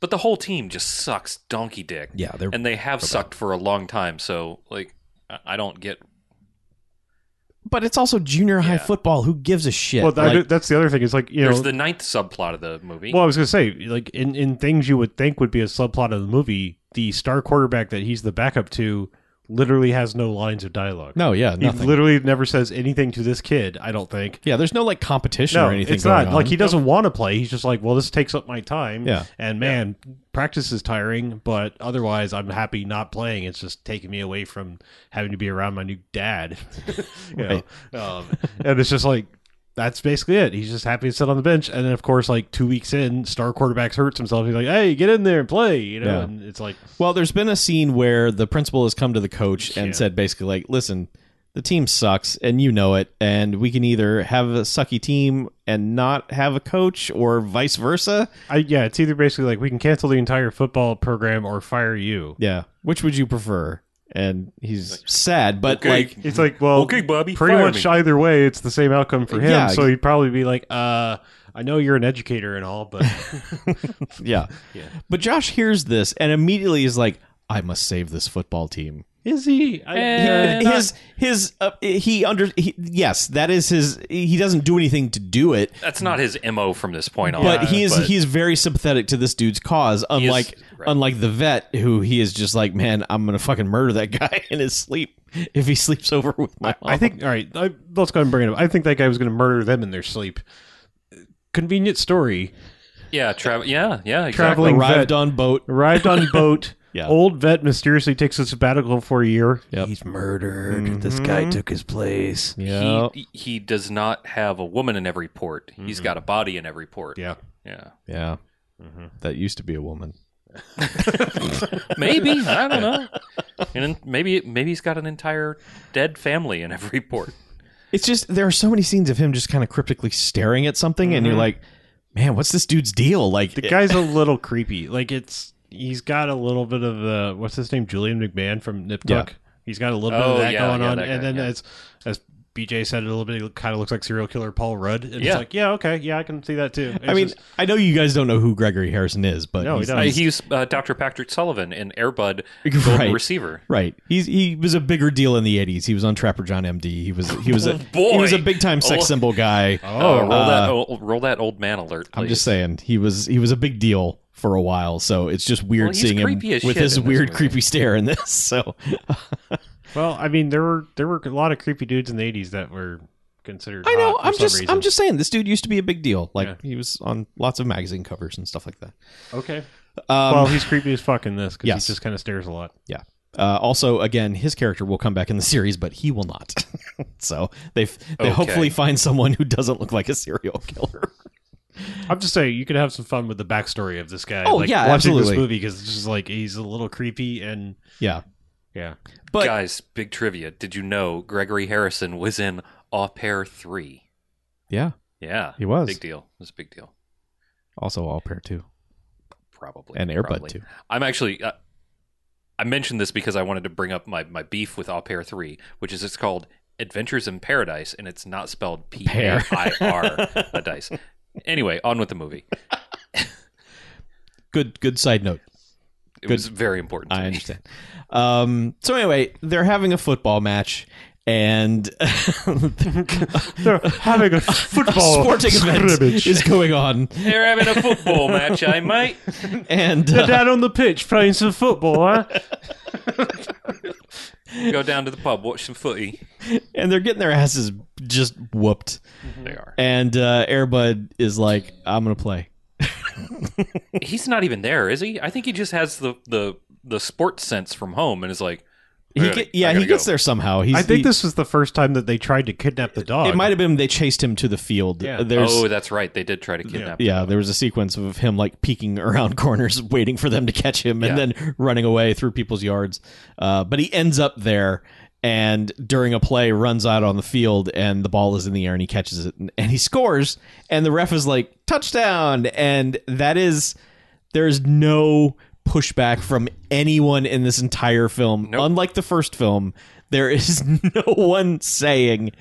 [SPEAKER 4] But the whole team just sucks donkey dick,
[SPEAKER 5] yeah, they're
[SPEAKER 4] and they have sucked for a long time. So like, I I don't get.
[SPEAKER 5] but it's also junior high
[SPEAKER 4] Yeah.
[SPEAKER 5] football. Who gives a shit?
[SPEAKER 3] well, that,
[SPEAKER 5] Like,
[SPEAKER 3] that's the other thing. Is like you know,
[SPEAKER 4] There's the ninth subplot of the movie.
[SPEAKER 3] well, I was gonna say like in in things you would think would be a subplot of the movie, the star quarterback that he's the backup to literally has no lines of dialogue.
[SPEAKER 5] no, yeah,
[SPEAKER 3] he
[SPEAKER 5] nothing.
[SPEAKER 3] literally never says anything to this kid. I don't think.
[SPEAKER 5] yeah, there's no like competition
[SPEAKER 3] No,
[SPEAKER 5] or anything
[SPEAKER 3] it's not
[SPEAKER 5] going on.
[SPEAKER 3] like he doesn't want to play. He's just like, well, this takes up my time.
[SPEAKER 5] Yeah.
[SPEAKER 3] and man, practice is tiring, but otherwise, I'm happy not playing. It's just taking me away from having to be around my new dad. you know? um, and it's just like that's basically it. He's just happy to sit on the bench. And then, of course, like two weeks in, star quarterbacks hurts himself. He's like, "Hey, get in there and play," you know.
[SPEAKER 5] Yeah.
[SPEAKER 3] And it's like,
[SPEAKER 5] Well, there's been a scene where the principal has come to the coach and
[SPEAKER 3] Yeah.
[SPEAKER 5] said basically like, "Listen, the team sucks and you know it, and we can either have a sucky team and not have a coach or vice versa."
[SPEAKER 3] I yeah, it's either basically like we can cancel the entire football program or fire you.
[SPEAKER 5] Yeah, which would you prefer? And he's sad, but like
[SPEAKER 3] It's like, well,
[SPEAKER 4] Okay, Bobby,
[SPEAKER 3] Pretty
[SPEAKER 4] fire
[SPEAKER 3] much
[SPEAKER 4] me.
[SPEAKER 3] either way, it's the same outcome for him.
[SPEAKER 5] Yeah.
[SPEAKER 3] So he'd probably be like, "Uh, I know you're an educator and all, but
[SPEAKER 5] yeah.
[SPEAKER 3] Yeah.
[SPEAKER 5] But Josh hears this and immediately is like, "I must save this football team."
[SPEAKER 3] is he?" I,
[SPEAKER 4] Eh.
[SPEAKER 3] Yeah.
[SPEAKER 5] his his uh, he under he, yes, that is his he doesn't do anything to do it.
[SPEAKER 4] That's not his mo from this point on.
[SPEAKER 5] but he is
[SPEAKER 4] but-
[SPEAKER 5] he is very sympathetic to this dude's cause
[SPEAKER 4] is-
[SPEAKER 5] unlike
[SPEAKER 4] right.
[SPEAKER 5] unlike the vet who he is just like man i'm gonna fucking murder that guy in his sleep if he sleeps over with my mom
[SPEAKER 3] I think. All right, I, let's go ahead and bring it up. I think that guy was going to murder them in their sleep. Convenient story.
[SPEAKER 4] yeah, travel. Yeah, yeah, exactly.
[SPEAKER 3] Traveling
[SPEAKER 5] arrived
[SPEAKER 3] vet.
[SPEAKER 5] on boat
[SPEAKER 3] Arrived on boat.
[SPEAKER 5] Yeah.
[SPEAKER 3] Old vet mysteriously takes a sabbatical for a year.
[SPEAKER 5] Yep.
[SPEAKER 2] He's murdered. This guy took his place.
[SPEAKER 5] yeah Mm-hmm.
[SPEAKER 4] He, he does not have a woman in every port. He's got a body in every port.
[SPEAKER 3] Yeah.
[SPEAKER 4] Yeah.
[SPEAKER 5] yeah that used to be a woman
[SPEAKER 4] Maybe I don't know. And then maybe maybe he's got an entire dead family in every port.
[SPEAKER 5] it's just there are so many scenes of him just kind of cryptically staring at something and you're like man what's this dude's deal like
[SPEAKER 3] The guy's a little creepy. Like it's he's got a little bit of the what's his name Julian McMahon from Nip
[SPEAKER 5] Yeah.
[SPEAKER 3] Tuck. He's got a little bit
[SPEAKER 4] Oh,
[SPEAKER 3] of that
[SPEAKER 4] yeah,
[SPEAKER 3] going
[SPEAKER 4] yeah,
[SPEAKER 3] on,
[SPEAKER 4] that guy,
[SPEAKER 3] and then
[SPEAKER 4] yeah.
[SPEAKER 3] as as BJ said it a little bit. It kind of looks like serial killer Paul Rudd. And
[SPEAKER 4] Yeah.
[SPEAKER 3] it's like, yeah, okay, yeah, I can see that too.
[SPEAKER 5] I mean, I know you guys don't know who Gregory Harrison is, but
[SPEAKER 3] No, he
[SPEAKER 5] he's-
[SPEAKER 3] doesn't.
[SPEAKER 4] Uh,
[SPEAKER 5] he's-
[SPEAKER 4] he's uh, Dr. Patrick Sullivan in Airbud
[SPEAKER 5] Right.
[SPEAKER 4] Golden Receiver.
[SPEAKER 5] Right. He's he was a bigger deal in the eighties. He was on Trapper John MD. He was he was a
[SPEAKER 4] boy.
[SPEAKER 5] he was a big time sex
[SPEAKER 4] Oh.
[SPEAKER 5] symbol guy.
[SPEAKER 4] Oh, roll that
[SPEAKER 5] uh,
[SPEAKER 4] o- roll that old man alert.
[SPEAKER 5] I'm
[SPEAKER 4] please.
[SPEAKER 5] just saying he was he was a big deal for a while. So it's just weird
[SPEAKER 4] Well, he's
[SPEAKER 5] seeing him
[SPEAKER 4] creepy as
[SPEAKER 5] with
[SPEAKER 4] shit
[SPEAKER 5] his
[SPEAKER 4] in this
[SPEAKER 5] weird
[SPEAKER 4] movie.
[SPEAKER 5] creepy stare in this. So
[SPEAKER 3] well, I mean, there were there were a lot of creepy dudes in the '80s that were considered.
[SPEAKER 5] I know.
[SPEAKER 4] Uh,
[SPEAKER 3] hot for
[SPEAKER 5] I'm
[SPEAKER 3] some
[SPEAKER 5] just
[SPEAKER 3] reason.
[SPEAKER 5] I'm just saying this dude used to be a big deal. Like
[SPEAKER 3] Yeah.
[SPEAKER 5] he was on lots of magazine covers and stuff like that.
[SPEAKER 3] okay.
[SPEAKER 5] Um,
[SPEAKER 3] well, he's creepy as fuck in this because
[SPEAKER 5] Yes.
[SPEAKER 3] he just kind of stares a lot.
[SPEAKER 5] Uh, also, again, his character will come back in the series, but he will not. so they've they
[SPEAKER 4] Okay.
[SPEAKER 5] hopefully find someone who doesn't look like a serial killer.
[SPEAKER 3] I'm just saying you could have some fun with the backstory of this guy.
[SPEAKER 5] Oh,
[SPEAKER 3] like,
[SPEAKER 5] yeah,
[SPEAKER 3] watching
[SPEAKER 5] absolutely.
[SPEAKER 3] this movie because it's just like he's a little creepy and
[SPEAKER 5] yeah.
[SPEAKER 3] yeah.
[SPEAKER 5] But-
[SPEAKER 4] Guys, big trivia. Did you know Gregory Harrison was in Au Pair 3?
[SPEAKER 5] Yeah.
[SPEAKER 4] Yeah.
[SPEAKER 5] He was.
[SPEAKER 4] Big deal. It was a big deal.
[SPEAKER 5] Also all pair too.
[SPEAKER 4] Probably.
[SPEAKER 5] And Airbud
[SPEAKER 4] probably.
[SPEAKER 5] too.
[SPEAKER 4] I'm actually. Uh, I mentioned this because I wanted to bring up my, my beef with Au Pair 3, which is it's called Adventures in Paradise, and it's not spelled P A
[SPEAKER 5] Pair.
[SPEAKER 4] I R, a dice. Anyway, on with the movie.
[SPEAKER 5] Good good side note.
[SPEAKER 4] It
[SPEAKER 5] Good.
[SPEAKER 4] was very important. To
[SPEAKER 5] I
[SPEAKER 4] me.
[SPEAKER 5] understand. Um so anyway, they're having a football match and
[SPEAKER 3] having a
[SPEAKER 5] a
[SPEAKER 3] football
[SPEAKER 5] sporting event is going on.
[SPEAKER 4] They're having a football match, I might.
[SPEAKER 5] And
[SPEAKER 3] They're
[SPEAKER 5] uh,
[SPEAKER 3] down on the pitch playing some football, huh?
[SPEAKER 4] Go down to the pub, watch some footy.
[SPEAKER 5] and they're getting their asses just whooped.
[SPEAKER 4] They are.
[SPEAKER 5] And uh Airbud is like, I'm gonna play.
[SPEAKER 4] He's not even there, is he? I think he just has the the the sports sense from home and is like, I
[SPEAKER 5] He
[SPEAKER 4] gotta-
[SPEAKER 5] get,
[SPEAKER 4] I
[SPEAKER 5] yeah,
[SPEAKER 4] gotta
[SPEAKER 5] he gets
[SPEAKER 4] go.
[SPEAKER 5] there somehow. He's
[SPEAKER 3] I think
[SPEAKER 5] he-
[SPEAKER 3] this was the first time that they tried to kidnap the dog.
[SPEAKER 5] It might have been they chased him to the field.
[SPEAKER 3] Yeah.
[SPEAKER 5] There's
[SPEAKER 4] Oh, that's right. They did try to kidnap. him.
[SPEAKER 5] yeah, there was a sequence of him like peeking around corners, waiting for them to catch him, and
[SPEAKER 4] Yeah.
[SPEAKER 5] then running away through people's yards. Uh, but he ends up there, and during a play, runs out on the field, and the ball is in the air, and he catches it, and, and he scores. And the ref is like touchdown, and that is there is no pushback from anyone in this entire film.
[SPEAKER 4] Nope.
[SPEAKER 5] Unlike the first film, there is no one saying.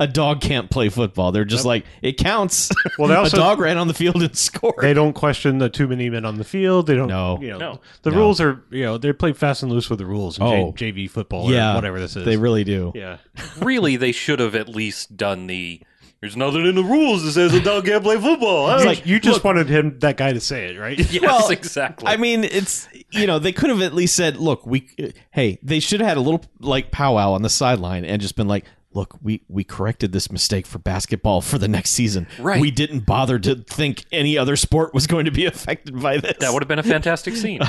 [SPEAKER 5] A dog can't play football. They're just like it counts.
[SPEAKER 3] Well, they also-
[SPEAKER 5] a dog ran on the field and scored.
[SPEAKER 3] They don't question the too many men on the field. They don't.
[SPEAKER 5] No.
[SPEAKER 3] you know,
[SPEAKER 4] No.
[SPEAKER 3] The
[SPEAKER 5] No.
[SPEAKER 3] rules are you know they play fast and loose with the rules. In
[SPEAKER 5] Oh.
[SPEAKER 3] J- JV football, or whatever this is.
[SPEAKER 5] They really do.
[SPEAKER 3] yeah.
[SPEAKER 4] Really, they should have at least done the. There's nothing in the rules that says a dog can't play football. I
[SPEAKER 3] You-
[SPEAKER 4] don't-
[SPEAKER 5] like,
[SPEAKER 3] you just wanted him that guy to say it, right?
[SPEAKER 4] yes,
[SPEAKER 5] well,
[SPEAKER 4] exactly.
[SPEAKER 5] I mean, it's you know they could have at least said, "Look, we hey, they should have had a little like powwow on the sideline and just been like." Look, we, we corrected this mistake for basketball for the next season.
[SPEAKER 4] Right.
[SPEAKER 5] We didn't bother to think any other sport was going to be affected by this.
[SPEAKER 4] that would have been a fantastic scene.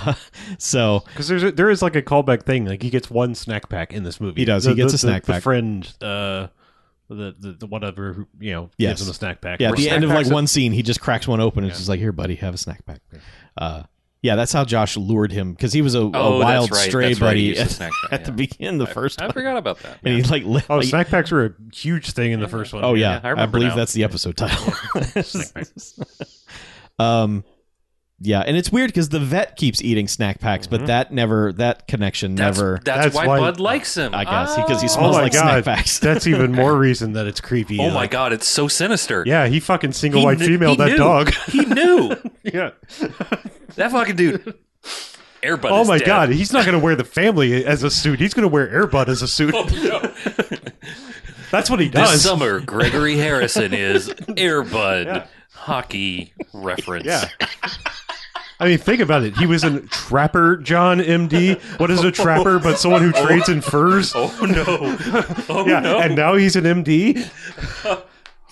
[SPEAKER 5] so
[SPEAKER 3] Because there's a, there is like a callback thing. Like he gets one snack pack in this movie.
[SPEAKER 5] He does. He gets a snack
[SPEAKER 3] the,
[SPEAKER 5] pack.
[SPEAKER 3] The friend, uh, the, the the whatever who, you know
[SPEAKER 5] Yes.
[SPEAKER 3] gives him a snack pack.
[SPEAKER 5] yeah, at the
[SPEAKER 4] snack
[SPEAKER 5] end of like
[SPEAKER 4] packs-
[SPEAKER 5] one scene, he just cracks one open and it's just like, "Here, buddy, have a snack pack." Uh, yeah, that's how Josh lured him because he was a,
[SPEAKER 4] Oh,
[SPEAKER 5] a
[SPEAKER 4] that's
[SPEAKER 5] wild
[SPEAKER 4] right,
[SPEAKER 5] stray
[SPEAKER 4] that's right, he used
[SPEAKER 5] buddy
[SPEAKER 4] the
[SPEAKER 5] at,
[SPEAKER 4] snack pack,
[SPEAKER 5] at the
[SPEAKER 4] yeah.
[SPEAKER 5] beginning, the first
[SPEAKER 4] I
[SPEAKER 5] one,
[SPEAKER 4] forgot about that.
[SPEAKER 5] and he like lit-
[SPEAKER 3] Oh,
[SPEAKER 5] like,
[SPEAKER 3] snack packs were a huge thing in the first one.
[SPEAKER 5] Oh yeah,
[SPEAKER 4] I
[SPEAKER 5] I,
[SPEAKER 4] remember
[SPEAKER 5] believe
[SPEAKER 4] now.
[SPEAKER 5] that's the episode title. um, yeah, and it's weird because the vet keeps eating snack packs, but that never that connection
[SPEAKER 4] That's,
[SPEAKER 5] never.
[SPEAKER 4] that's,
[SPEAKER 3] That's
[SPEAKER 4] why,
[SPEAKER 3] why-
[SPEAKER 4] Bud likes him.
[SPEAKER 5] I guess because he
[SPEAKER 4] Ah.
[SPEAKER 5] smells
[SPEAKER 3] Oh, my
[SPEAKER 5] like
[SPEAKER 3] God.
[SPEAKER 5] snack packs.
[SPEAKER 3] That's even more reason that it's creepy.
[SPEAKER 4] Oh my
[SPEAKER 3] Like,
[SPEAKER 4] god, it's so sinister.
[SPEAKER 3] Yeah, he fucking single
[SPEAKER 4] He
[SPEAKER 3] white
[SPEAKER 4] kn-
[SPEAKER 3] female
[SPEAKER 4] he
[SPEAKER 3] that
[SPEAKER 4] knew.
[SPEAKER 3] dog.
[SPEAKER 4] He knew
[SPEAKER 3] yeah.
[SPEAKER 4] that fucking dude. Airbud.
[SPEAKER 3] Oh
[SPEAKER 4] is
[SPEAKER 3] my
[SPEAKER 4] dead.
[SPEAKER 3] god, he's not gonna wear the family as a suit. He's gonna wear Airbud as a suit.
[SPEAKER 4] Oh,
[SPEAKER 3] That's what he
[SPEAKER 4] This
[SPEAKER 3] does.
[SPEAKER 4] summer, Gregory Harrison is Airbud hockey reference.
[SPEAKER 3] Yeah. I mean, think about it. He was in Trapper John MD. What is a trapper but someone who trades in furs?
[SPEAKER 4] Oh no. Oh
[SPEAKER 3] yeah,
[SPEAKER 4] no.
[SPEAKER 3] and now he's an MD.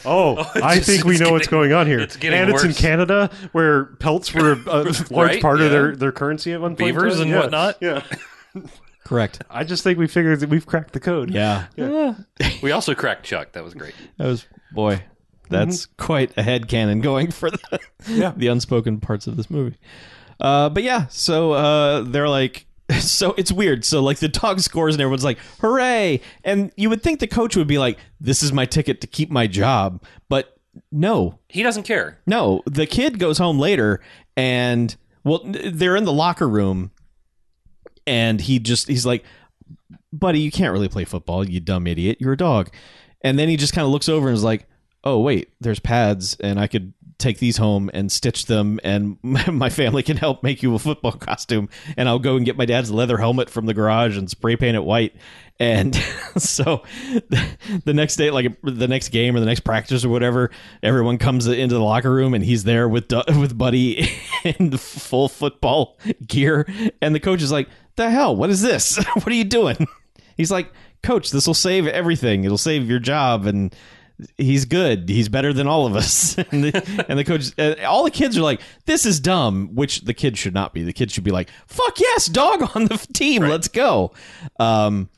[SPEAKER 3] Oh, I
[SPEAKER 4] just-
[SPEAKER 3] think we know
[SPEAKER 4] it's
[SPEAKER 3] what's
[SPEAKER 4] getting-
[SPEAKER 3] going on here.
[SPEAKER 4] it's getting
[SPEAKER 3] and it's in
[SPEAKER 4] worse.
[SPEAKER 3] Canada where pelts were a large
[SPEAKER 4] Right,
[SPEAKER 3] part
[SPEAKER 4] yeah.
[SPEAKER 3] of their, their currency at one point. in
[SPEAKER 4] Beavers
[SPEAKER 3] time.
[SPEAKER 4] and
[SPEAKER 3] Yeah,
[SPEAKER 4] whatnot.
[SPEAKER 3] Yeah.
[SPEAKER 5] Correct.
[SPEAKER 3] I just think we figured that we've cracked the code.
[SPEAKER 5] Yeah,
[SPEAKER 4] We also cracked Chuck. That was great.
[SPEAKER 5] that was boy. That's quite a head cannon going for the
[SPEAKER 3] Yeah.
[SPEAKER 5] the unspoken parts of this movie. Uh, but yeah, so uh, they're like, so it's weird. So like the dog scores and everyone's like, hooray! And you would think the coach would be like, this is my ticket to keep my job, but no,
[SPEAKER 4] He doesn't care.
[SPEAKER 5] no, the kid goes home later and well n- they're in the locker room and he just he's like buddy, you can't really play football, you dumb idiot. You're a dog. And then he just kind of looks over and is like, "Oh wait, there's pads, and I could take these home and stitch them, and my family can help make you a football costume, and I'll go and get my dad's leather helmet from the garage and spray paint it white." And so the next day, like the next game or the next practice or whatever, everyone comes into the locker room and he's there with Du- with Buddy in full football gear, and the coach is like, "The hell? What is this? What are you doing?" He's like, Coach, this will save everything. It'll save your job. And he's good. He's better than all of us. and, the, and the coach, uh, all the kids are like, This is dumb, which the kids should not be. The kids should be like, Fuck yes, dog on the f- team. Let's go. Um,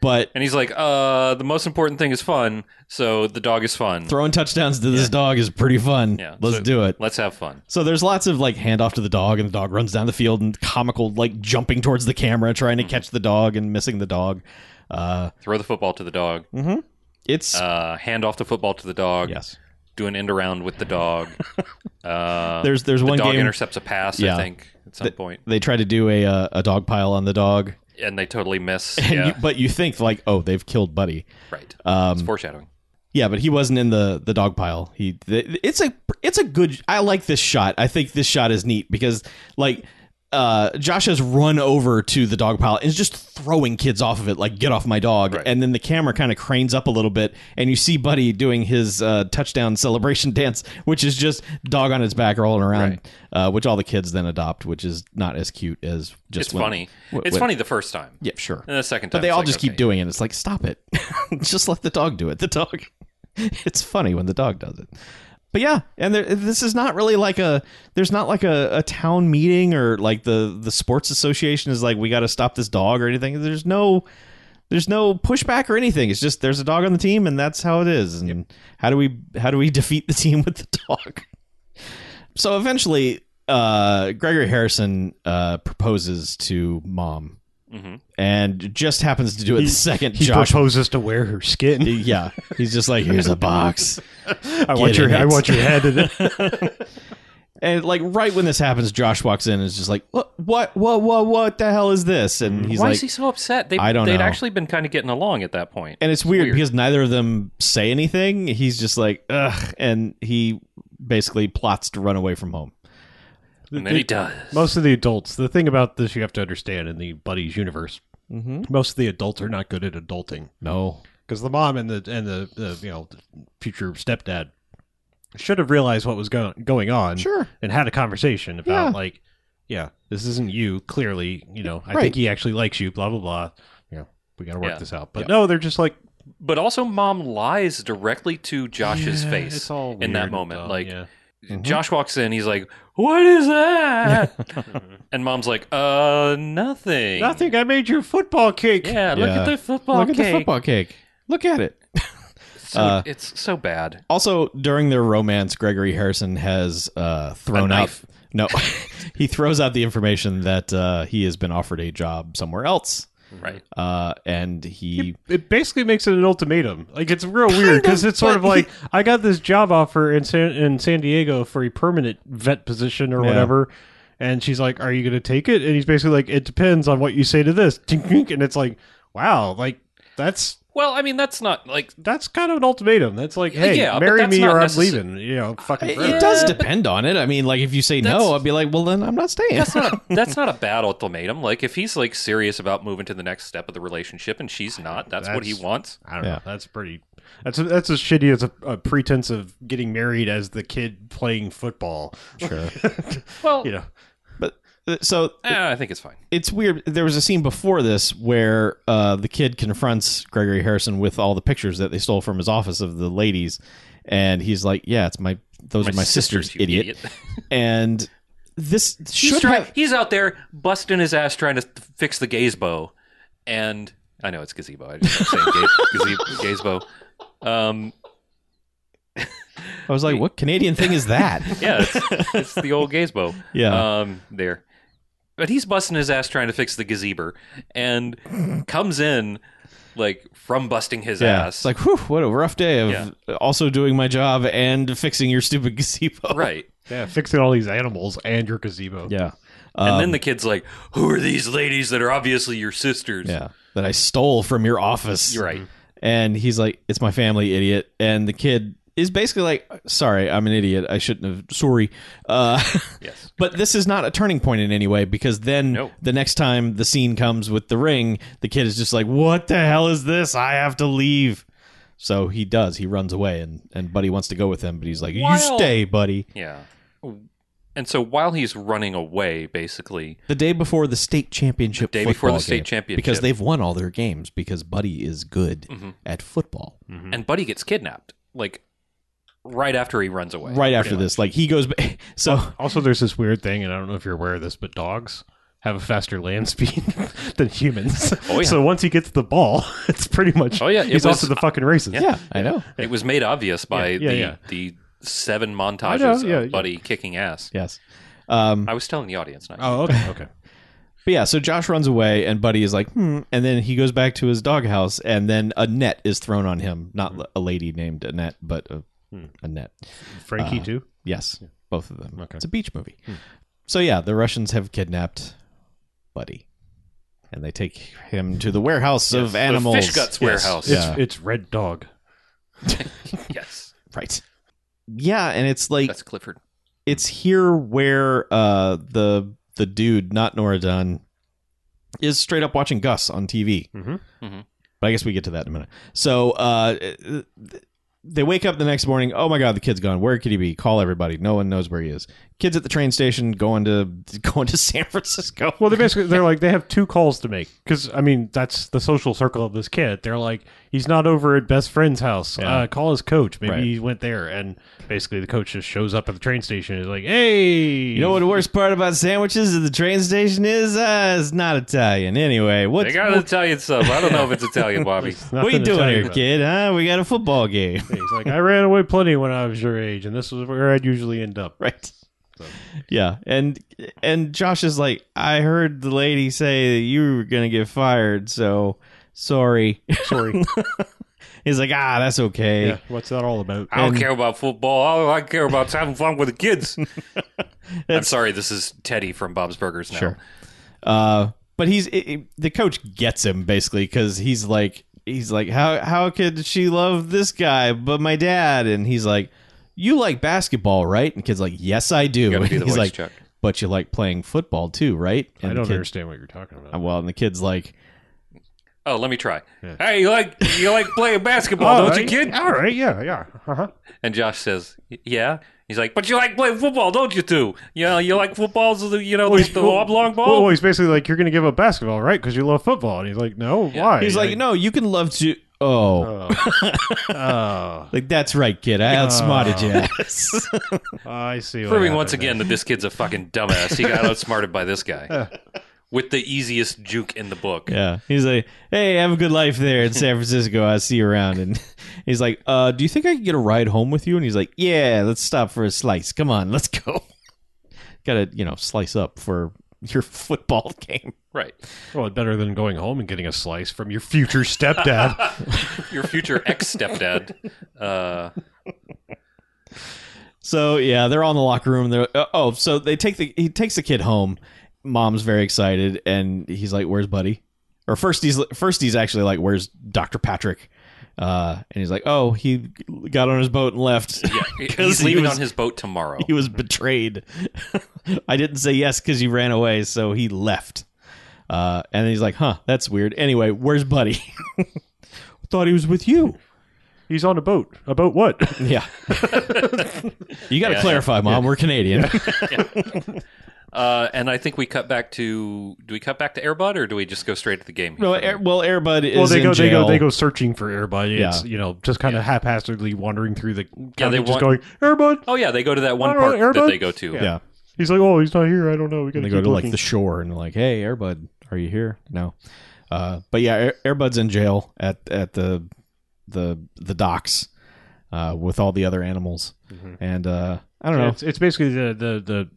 [SPEAKER 5] but
[SPEAKER 4] And he's like, uh, the most important thing is fun, so the dog is fun.
[SPEAKER 5] throwing touchdowns to this dog is pretty fun.
[SPEAKER 4] Yeah,
[SPEAKER 5] Let's
[SPEAKER 4] so-
[SPEAKER 5] do it.
[SPEAKER 4] Let's have fun.
[SPEAKER 5] So there's lots of like handoff to the dog, and the dog runs down the field and comical, like jumping towards the camera, trying
[SPEAKER 4] Mm-hmm.
[SPEAKER 5] to catch the dog and missing the dog. Uh,
[SPEAKER 4] Throw the football to the dog.
[SPEAKER 5] it's
[SPEAKER 4] Uh, hand off the football to the dog.
[SPEAKER 5] Mm-hmm. yes.
[SPEAKER 4] Do an end around with the dog. uh,
[SPEAKER 5] There's there's
[SPEAKER 4] the
[SPEAKER 5] one
[SPEAKER 4] dog
[SPEAKER 5] game
[SPEAKER 4] intercepts a pass,
[SPEAKER 5] Yeah.
[SPEAKER 4] I think, at some point,
[SPEAKER 5] they try to do a uh, a dog pile on the dog,
[SPEAKER 4] and they totally miss.
[SPEAKER 5] and
[SPEAKER 4] yeah,
[SPEAKER 5] you, but you think like, oh, they've killed Buddy.
[SPEAKER 4] right. it's
[SPEAKER 5] Um,
[SPEAKER 4] foreshadowing.
[SPEAKER 5] yeah, but he wasn't in the the dog pile. He th- it's a it's a good. I like this shot. I think this shot is neat because like. Uh, Josh has run over to the dog pile and is just throwing kids off of it, like "get off my dog." And then the camera kind of cranes up a little bit, and you see Buddy doing his uh, touchdown celebration dance, which is just dog on his back rolling around, uh, which all the kids then adopt, which is not as cute as just
[SPEAKER 4] It's
[SPEAKER 5] when-
[SPEAKER 4] funny.
[SPEAKER 5] when-
[SPEAKER 4] it's
[SPEAKER 5] when-
[SPEAKER 4] funny the first time,
[SPEAKER 5] Yeah, sure.
[SPEAKER 4] and the second time,
[SPEAKER 5] But they
[SPEAKER 4] it's
[SPEAKER 5] all
[SPEAKER 4] like,
[SPEAKER 5] just keep
[SPEAKER 4] okay.
[SPEAKER 5] doing it. It's like, stop it. just let the dog do it. The dog. It's funny when the dog does it. But yeah, and there, this is not really like a. There's not like a, a town meeting or like the the sports association is like we got to stop this dog or anything. There's no. There's no pushback or anything. It's just there's a dog on the team, and that's how it is. And how do we how do we defeat the team with the dog? so eventually, uh, Gregory Harrison uh, proposes to mom,
[SPEAKER 4] Mhm.
[SPEAKER 5] and just happens to do it the second
[SPEAKER 3] He
[SPEAKER 5] Josh.
[SPEAKER 3] proposes to wear her skin.
[SPEAKER 5] yeah, he's just like, "Here's a box."
[SPEAKER 3] I want
[SPEAKER 5] Get
[SPEAKER 3] your
[SPEAKER 5] in
[SPEAKER 3] I
[SPEAKER 5] it.
[SPEAKER 3] want your head. In it.
[SPEAKER 5] And like right when this happens, Josh walks in and is just like, "What? What? What? What, what the hell is this?" And he's
[SPEAKER 4] Why
[SPEAKER 5] like,
[SPEAKER 4] is he so upset? They,
[SPEAKER 5] I don't
[SPEAKER 4] They'd
[SPEAKER 5] know.
[SPEAKER 4] actually been kind of getting along at that point.
[SPEAKER 5] and it's weird, because neither of them say anything. He's just like, "Ugh," and he basically plots to run away from home.
[SPEAKER 4] And then he does.
[SPEAKER 3] Most of the adults. The thing about this you have to understand in the buddies universe, most of the adults are not good at adulting
[SPEAKER 5] No,
[SPEAKER 3] because the mom and the and the, the you know the future stepdad should have realized what was going going on.
[SPEAKER 5] Sure.
[SPEAKER 3] and had a conversation about
[SPEAKER 5] Yeah.
[SPEAKER 3] like, yeah, this isn't you. Clearly, you know, I
[SPEAKER 5] Right.
[SPEAKER 3] think he actually likes you. Blah blah blah. You know, we got to work
[SPEAKER 4] Yeah.
[SPEAKER 3] this out. But no, they're just like
[SPEAKER 4] But also, mom lies directly to Josh's
[SPEAKER 3] yeah,
[SPEAKER 4] face
[SPEAKER 3] it's all
[SPEAKER 4] in that
[SPEAKER 3] weird,
[SPEAKER 4] moment.
[SPEAKER 3] though,
[SPEAKER 4] like, Mm-hmm.
[SPEAKER 3] yeah.
[SPEAKER 5] Mm-hmm.
[SPEAKER 4] Josh walks in. He's like, "What is that?" and mom's like, "Uh, nothing.
[SPEAKER 3] nothing. I made you a football cake.
[SPEAKER 4] Yeah, look
[SPEAKER 5] Yeah.
[SPEAKER 4] at the football
[SPEAKER 5] look at
[SPEAKER 4] cake.
[SPEAKER 5] the football cake. Look at it.
[SPEAKER 4] So,
[SPEAKER 5] Uh,
[SPEAKER 4] it's so bad.
[SPEAKER 5] Also, during their romance, Gregory Harrison has uh, thrown
[SPEAKER 4] A
[SPEAKER 5] out.
[SPEAKER 4] knife.
[SPEAKER 5] No, he throws out the information that uh, he has been offered a job somewhere else,
[SPEAKER 4] Right.
[SPEAKER 5] uh, and he
[SPEAKER 3] It basically makes it an ultimatum. Like it's real weird because it's sort
[SPEAKER 5] but
[SPEAKER 3] of like I got this job offer in San in San Diego for a permanent vet position or whatever, and she's like, "Are you going to take it?" And he's basically like, "It depends on what you say to this." Tink, tink, And it's like, wow, like that's
[SPEAKER 4] Well, I mean, that's not like
[SPEAKER 3] that's kind of an ultimatum. That's like, hey,
[SPEAKER 4] Yeah, but
[SPEAKER 3] marry
[SPEAKER 4] that's
[SPEAKER 3] me
[SPEAKER 4] not
[SPEAKER 3] or I'm
[SPEAKER 4] necessar-
[SPEAKER 3] leaving. You know, fucking.
[SPEAKER 5] it,
[SPEAKER 3] forever.
[SPEAKER 5] it does depend on it. I mean, like if you say
[SPEAKER 4] That's-
[SPEAKER 5] no, I'd be like, well, then I'm not staying.
[SPEAKER 4] that's not a, that's not a bad ultimatum. Like, if he's like serious about moving to the next step of the relationship, and she's not, that's, what he
[SPEAKER 3] That's-
[SPEAKER 4] wants.
[SPEAKER 3] I don't
[SPEAKER 5] Yeah.
[SPEAKER 3] know. That's pretty. That's that's as shitty as a, a pretense of getting married as the kid playing football. Sure.
[SPEAKER 4] Well,
[SPEAKER 3] you know.
[SPEAKER 5] but uh, so
[SPEAKER 4] eh, I think it's fine.
[SPEAKER 5] it's weird. There was a scene before this where uh, the kid confronts Gregory Harrison with all the pictures that they stole from his office of the ladies, and he's like, "Yeah, it's my those are my sisters,
[SPEAKER 4] you
[SPEAKER 5] idiot. And this
[SPEAKER 4] He's,
[SPEAKER 5] should
[SPEAKER 4] try-
[SPEAKER 5] have
[SPEAKER 4] he's out there busting his ass trying to th- fix the gazebo, and I know it's gazebo. I just kept saying ga- gaze- gazebo. Um,
[SPEAKER 5] I was like, what Canadian thing is that?
[SPEAKER 4] yeah, it's, it's the old gazebo.
[SPEAKER 5] Yeah.
[SPEAKER 4] Um, there. But he's busting his ass trying to fix the gazebo and comes in like from busting his
[SPEAKER 5] yeah.
[SPEAKER 4] ass.
[SPEAKER 5] It's like, whew, what a rough day of also doing my job and fixing your stupid gazebo.
[SPEAKER 4] right.
[SPEAKER 3] Yeah, fixing all these animals and your gazebo.
[SPEAKER 5] Yeah.
[SPEAKER 4] And
[SPEAKER 5] um,
[SPEAKER 4] then the kid's like, "Who are these ladies that are obviously your sisters?"
[SPEAKER 5] Yeah. That I stole from your office.
[SPEAKER 4] You're right.
[SPEAKER 5] and he's like, "It's my family, idiot." And the kid is basically like, "Sorry, I'm an idiot. I shouldn't have. Sorry." Uh,
[SPEAKER 4] Yes.
[SPEAKER 5] But this is not a turning point in any way because then
[SPEAKER 4] No.
[SPEAKER 5] the next time the scene comes with the ring, the kid is just like, "What the hell is this? I have to leave." So he does. He runs away, and and Buddy wants to go with him, but he's like, "You
[SPEAKER 4] Wild.
[SPEAKER 5] stay, Buddy."
[SPEAKER 4] Yeah. And so while he's running away, basically,
[SPEAKER 5] The day before the state championship,
[SPEAKER 4] day before
[SPEAKER 5] football
[SPEAKER 4] the state
[SPEAKER 5] game,
[SPEAKER 4] championship, Mm-hmm.
[SPEAKER 5] because they've won all their games because Buddy is good at football.
[SPEAKER 4] and Buddy gets kidnapped, like right after he runs away.
[SPEAKER 5] Right after this, like he goes. ba- So
[SPEAKER 3] Also, there's this weird thing, and I don't know if you're aware of this, but dogs have a faster land speed than humans.
[SPEAKER 4] Oh, yeah.
[SPEAKER 3] So once he gets the ball, it's pretty much.
[SPEAKER 4] Oh, yeah, it
[SPEAKER 3] he's
[SPEAKER 4] was-
[SPEAKER 3] off to the fucking races.
[SPEAKER 5] yeah, I know.
[SPEAKER 4] It was made obvious by
[SPEAKER 3] Yeah, yeah,
[SPEAKER 4] the
[SPEAKER 3] yeah.
[SPEAKER 4] the seven montages
[SPEAKER 3] know, yeah, yeah.
[SPEAKER 4] of Buddy kicking ass.
[SPEAKER 5] Yes. Um,
[SPEAKER 4] I was telling the audience, not you.
[SPEAKER 3] Oh, okay, okay.
[SPEAKER 5] But yeah, so Josh runs away, and Buddy is like, hmm. And then he goes back to his doghouse, and then a net is thrown on him. Not l- a lady named Annette, but a, a net.
[SPEAKER 3] Frankie
[SPEAKER 4] Uh,
[SPEAKER 3] too.
[SPEAKER 5] Yes, both of them.
[SPEAKER 3] Okay.
[SPEAKER 5] It's a beach movie. So yeah, the Russians have kidnapped Buddy, and they take him to the warehouse of
[SPEAKER 4] The
[SPEAKER 5] animals.
[SPEAKER 4] fish guts warehouse.
[SPEAKER 5] Yes.
[SPEAKER 3] It's, it's Red Dog.
[SPEAKER 4] Yes,
[SPEAKER 5] Right. Yeah, and it's like
[SPEAKER 4] that's Clifford.
[SPEAKER 5] it's here where uh the the dude, not Nora Dunn, is straight up watching Gus on TV.
[SPEAKER 3] Mhm.
[SPEAKER 4] Mhm.
[SPEAKER 5] But I guess we get to that in a minute. So uh, th- they wake up the next morning. Oh my god, the kid's gone. Where could he be? Call everybody. No one knows where he is. Kids at the train station going to going to San Francisco.
[SPEAKER 3] Well, they basically they're like they have two calls to make because I mean that's the social circle of this kid. They're like he's not over at best friend's house.
[SPEAKER 5] Yeah.
[SPEAKER 3] Uh, call his coach. Maybe
[SPEAKER 5] Right.
[SPEAKER 3] he went there, and basically the coach just shows up at the train station. and is like, hey,
[SPEAKER 5] You know what the worst part about sandwiches at the train station is? Uh, it's not Italian. Anyway, what
[SPEAKER 4] They got an Italian sub. I don't know if it's Italian, Bobby.
[SPEAKER 5] what are
[SPEAKER 3] Nothing
[SPEAKER 5] you
[SPEAKER 3] to tell
[SPEAKER 5] doing here,
[SPEAKER 3] about.
[SPEAKER 5] kid? Huh? We got a football game.
[SPEAKER 3] He's like, I ran away plenty when I was your age, and this was where I'd usually end up.
[SPEAKER 5] right yeah and and josh is like i heard the lady say that you were gonna get fired so sorry
[SPEAKER 3] Sorry.
[SPEAKER 5] he's like ah that's okay
[SPEAKER 3] yeah. What's that all about?
[SPEAKER 4] I don't
[SPEAKER 5] And-
[SPEAKER 4] care about football. All I care about is having fun with the kids. I'm sorry, this is Teddy from Bob's Burgers now.
[SPEAKER 5] sure uh but he's it, it- the coach gets him basically because he's like he's like how how could she love this guy but my dad and he's like you like basketball right and the kid's like yes i do
[SPEAKER 4] gotta
[SPEAKER 5] and
[SPEAKER 4] do the
[SPEAKER 5] he's
[SPEAKER 4] voice
[SPEAKER 5] like
[SPEAKER 4] check.
[SPEAKER 5] but you like playing football too right and
[SPEAKER 3] I
[SPEAKER 5] the
[SPEAKER 3] don't
[SPEAKER 5] kid-
[SPEAKER 3] understand what you're talking about.
[SPEAKER 5] well and the kid's like
[SPEAKER 4] Oh, let me try.
[SPEAKER 3] Yeah.
[SPEAKER 4] Hey, you like you like playing basketball, Oh,
[SPEAKER 5] Oh,
[SPEAKER 4] don't you, kid?
[SPEAKER 3] Oh, All right, yeah, yeah. Uh-huh.
[SPEAKER 4] And Josh says, "Y- "Yeah." He's like, "But you like playing football, don't you? Too? You know, you like footballs, the- you know, the, the oblong ball."
[SPEAKER 3] Well, he's basically like, you're going to give up basketball, right? Because you love football. And he's like, no,
[SPEAKER 4] Yeah.
[SPEAKER 3] why?
[SPEAKER 5] he's like no you can love to oh
[SPEAKER 3] Oh,
[SPEAKER 5] Like that's right, kid. I outsmarted you.
[SPEAKER 3] I see. what
[SPEAKER 4] Proving once
[SPEAKER 3] happened
[SPEAKER 4] again that this kid's a fucking dumbass. He got outsmarted by this guy with the easiest juke in the book.
[SPEAKER 5] yeah. He's like, "Hey, have a good life there in San Francisco. I'll see you around." And he's like, "Uh, do you think I can get a ride home with you?" And he's like, "Yeah, let's stop for a slice. Come on, let's go." Got to, you know, slice up for your football game.
[SPEAKER 4] Right.
[SPEAKER 3] there. Well, better than going home and getting a slice from your future stepdad.
[SPEAKER 4] Your future ex stepdad. Uh,
[SPEAKER 5] So yeah, they're all in the locker room. They're uh, oh, so they take the he takes the kid home. Mom's very excited, and he's like, "Where's Buddy?" Or first he's first he's actually like, "Where's Doctor Patrick?" Uh, and he's like, "Oh, he got on his boat and left.
[SPEAKER 4] yeah, he-
[SPEAKER 5] 'Cause
[SPEAKER 4] he's
[SPEAKER 5] he
[SPEAKER 4] leaving
[SPEAKER 5] was-
[SPEAKER 4] on his boat tomorrow.
[SPEAKER 5] he was betrayed. I didn't say yes because he ran away, so he left." Uh, and he's like, "Huh, that's weird." Anyway, where's Buddy? Thought he was with you.
[SPEAKER 3] he's on a boat. About what?
[SPEAKER 5] Yeah. you got to
[SPEAKER 4] Yeah.
[SPEAKER 5] clarify, Mom. We're Canadian.
[SPEAKER 4] Uh, and I think we cut back to. Do we cut back to Airbud or do we just go straight to the game?
[SPEAKER 5] No, Air, well, Airbud is
[SPEAKER 3] well, they
[SPEAKER 5] in
[SPEAKER 3] go, they
[SPEAKER 5] jail.
[SPEAKER 3] go, they go searching for Airbud. It's
[SPEAKER 5] Yeah.
[SPEAKER 3] you know just kind of haphazardly wandering through the. Yeah,
[SPEAKER 4] they
[SPEAKER 3] they
[SPEAKER 4] want-
[SPEAKER 3] just going Airbud.
[SPEAKER 4] oh, yeah, they go to that one
[SPEAKER 3] I don't know,
[SPEAKER 4] park that
[SPEAKER 3] Airbud?
[SPEAKER 4] they go to.
[SPEAKER 5] Yeah,
[SPEAKER 3] He's like, oh, he's not here. I don't know. We got
[SPEAKER 5] and
[SPEAKER 3] to
[SPEAKER 5] they
[SPEAKER 3] go
[SPEAKER 5] go to
[SPEAKER 3] looking.
[SPEAKER 5] like the shore and like, hey, Airbud, are you here? No, uh, but yeah, Air, Airbud's in jail at at the the the docks uh, with all the other animals, and uh, I don't know.
[SPEAKER 3] It's, it's basically the, the the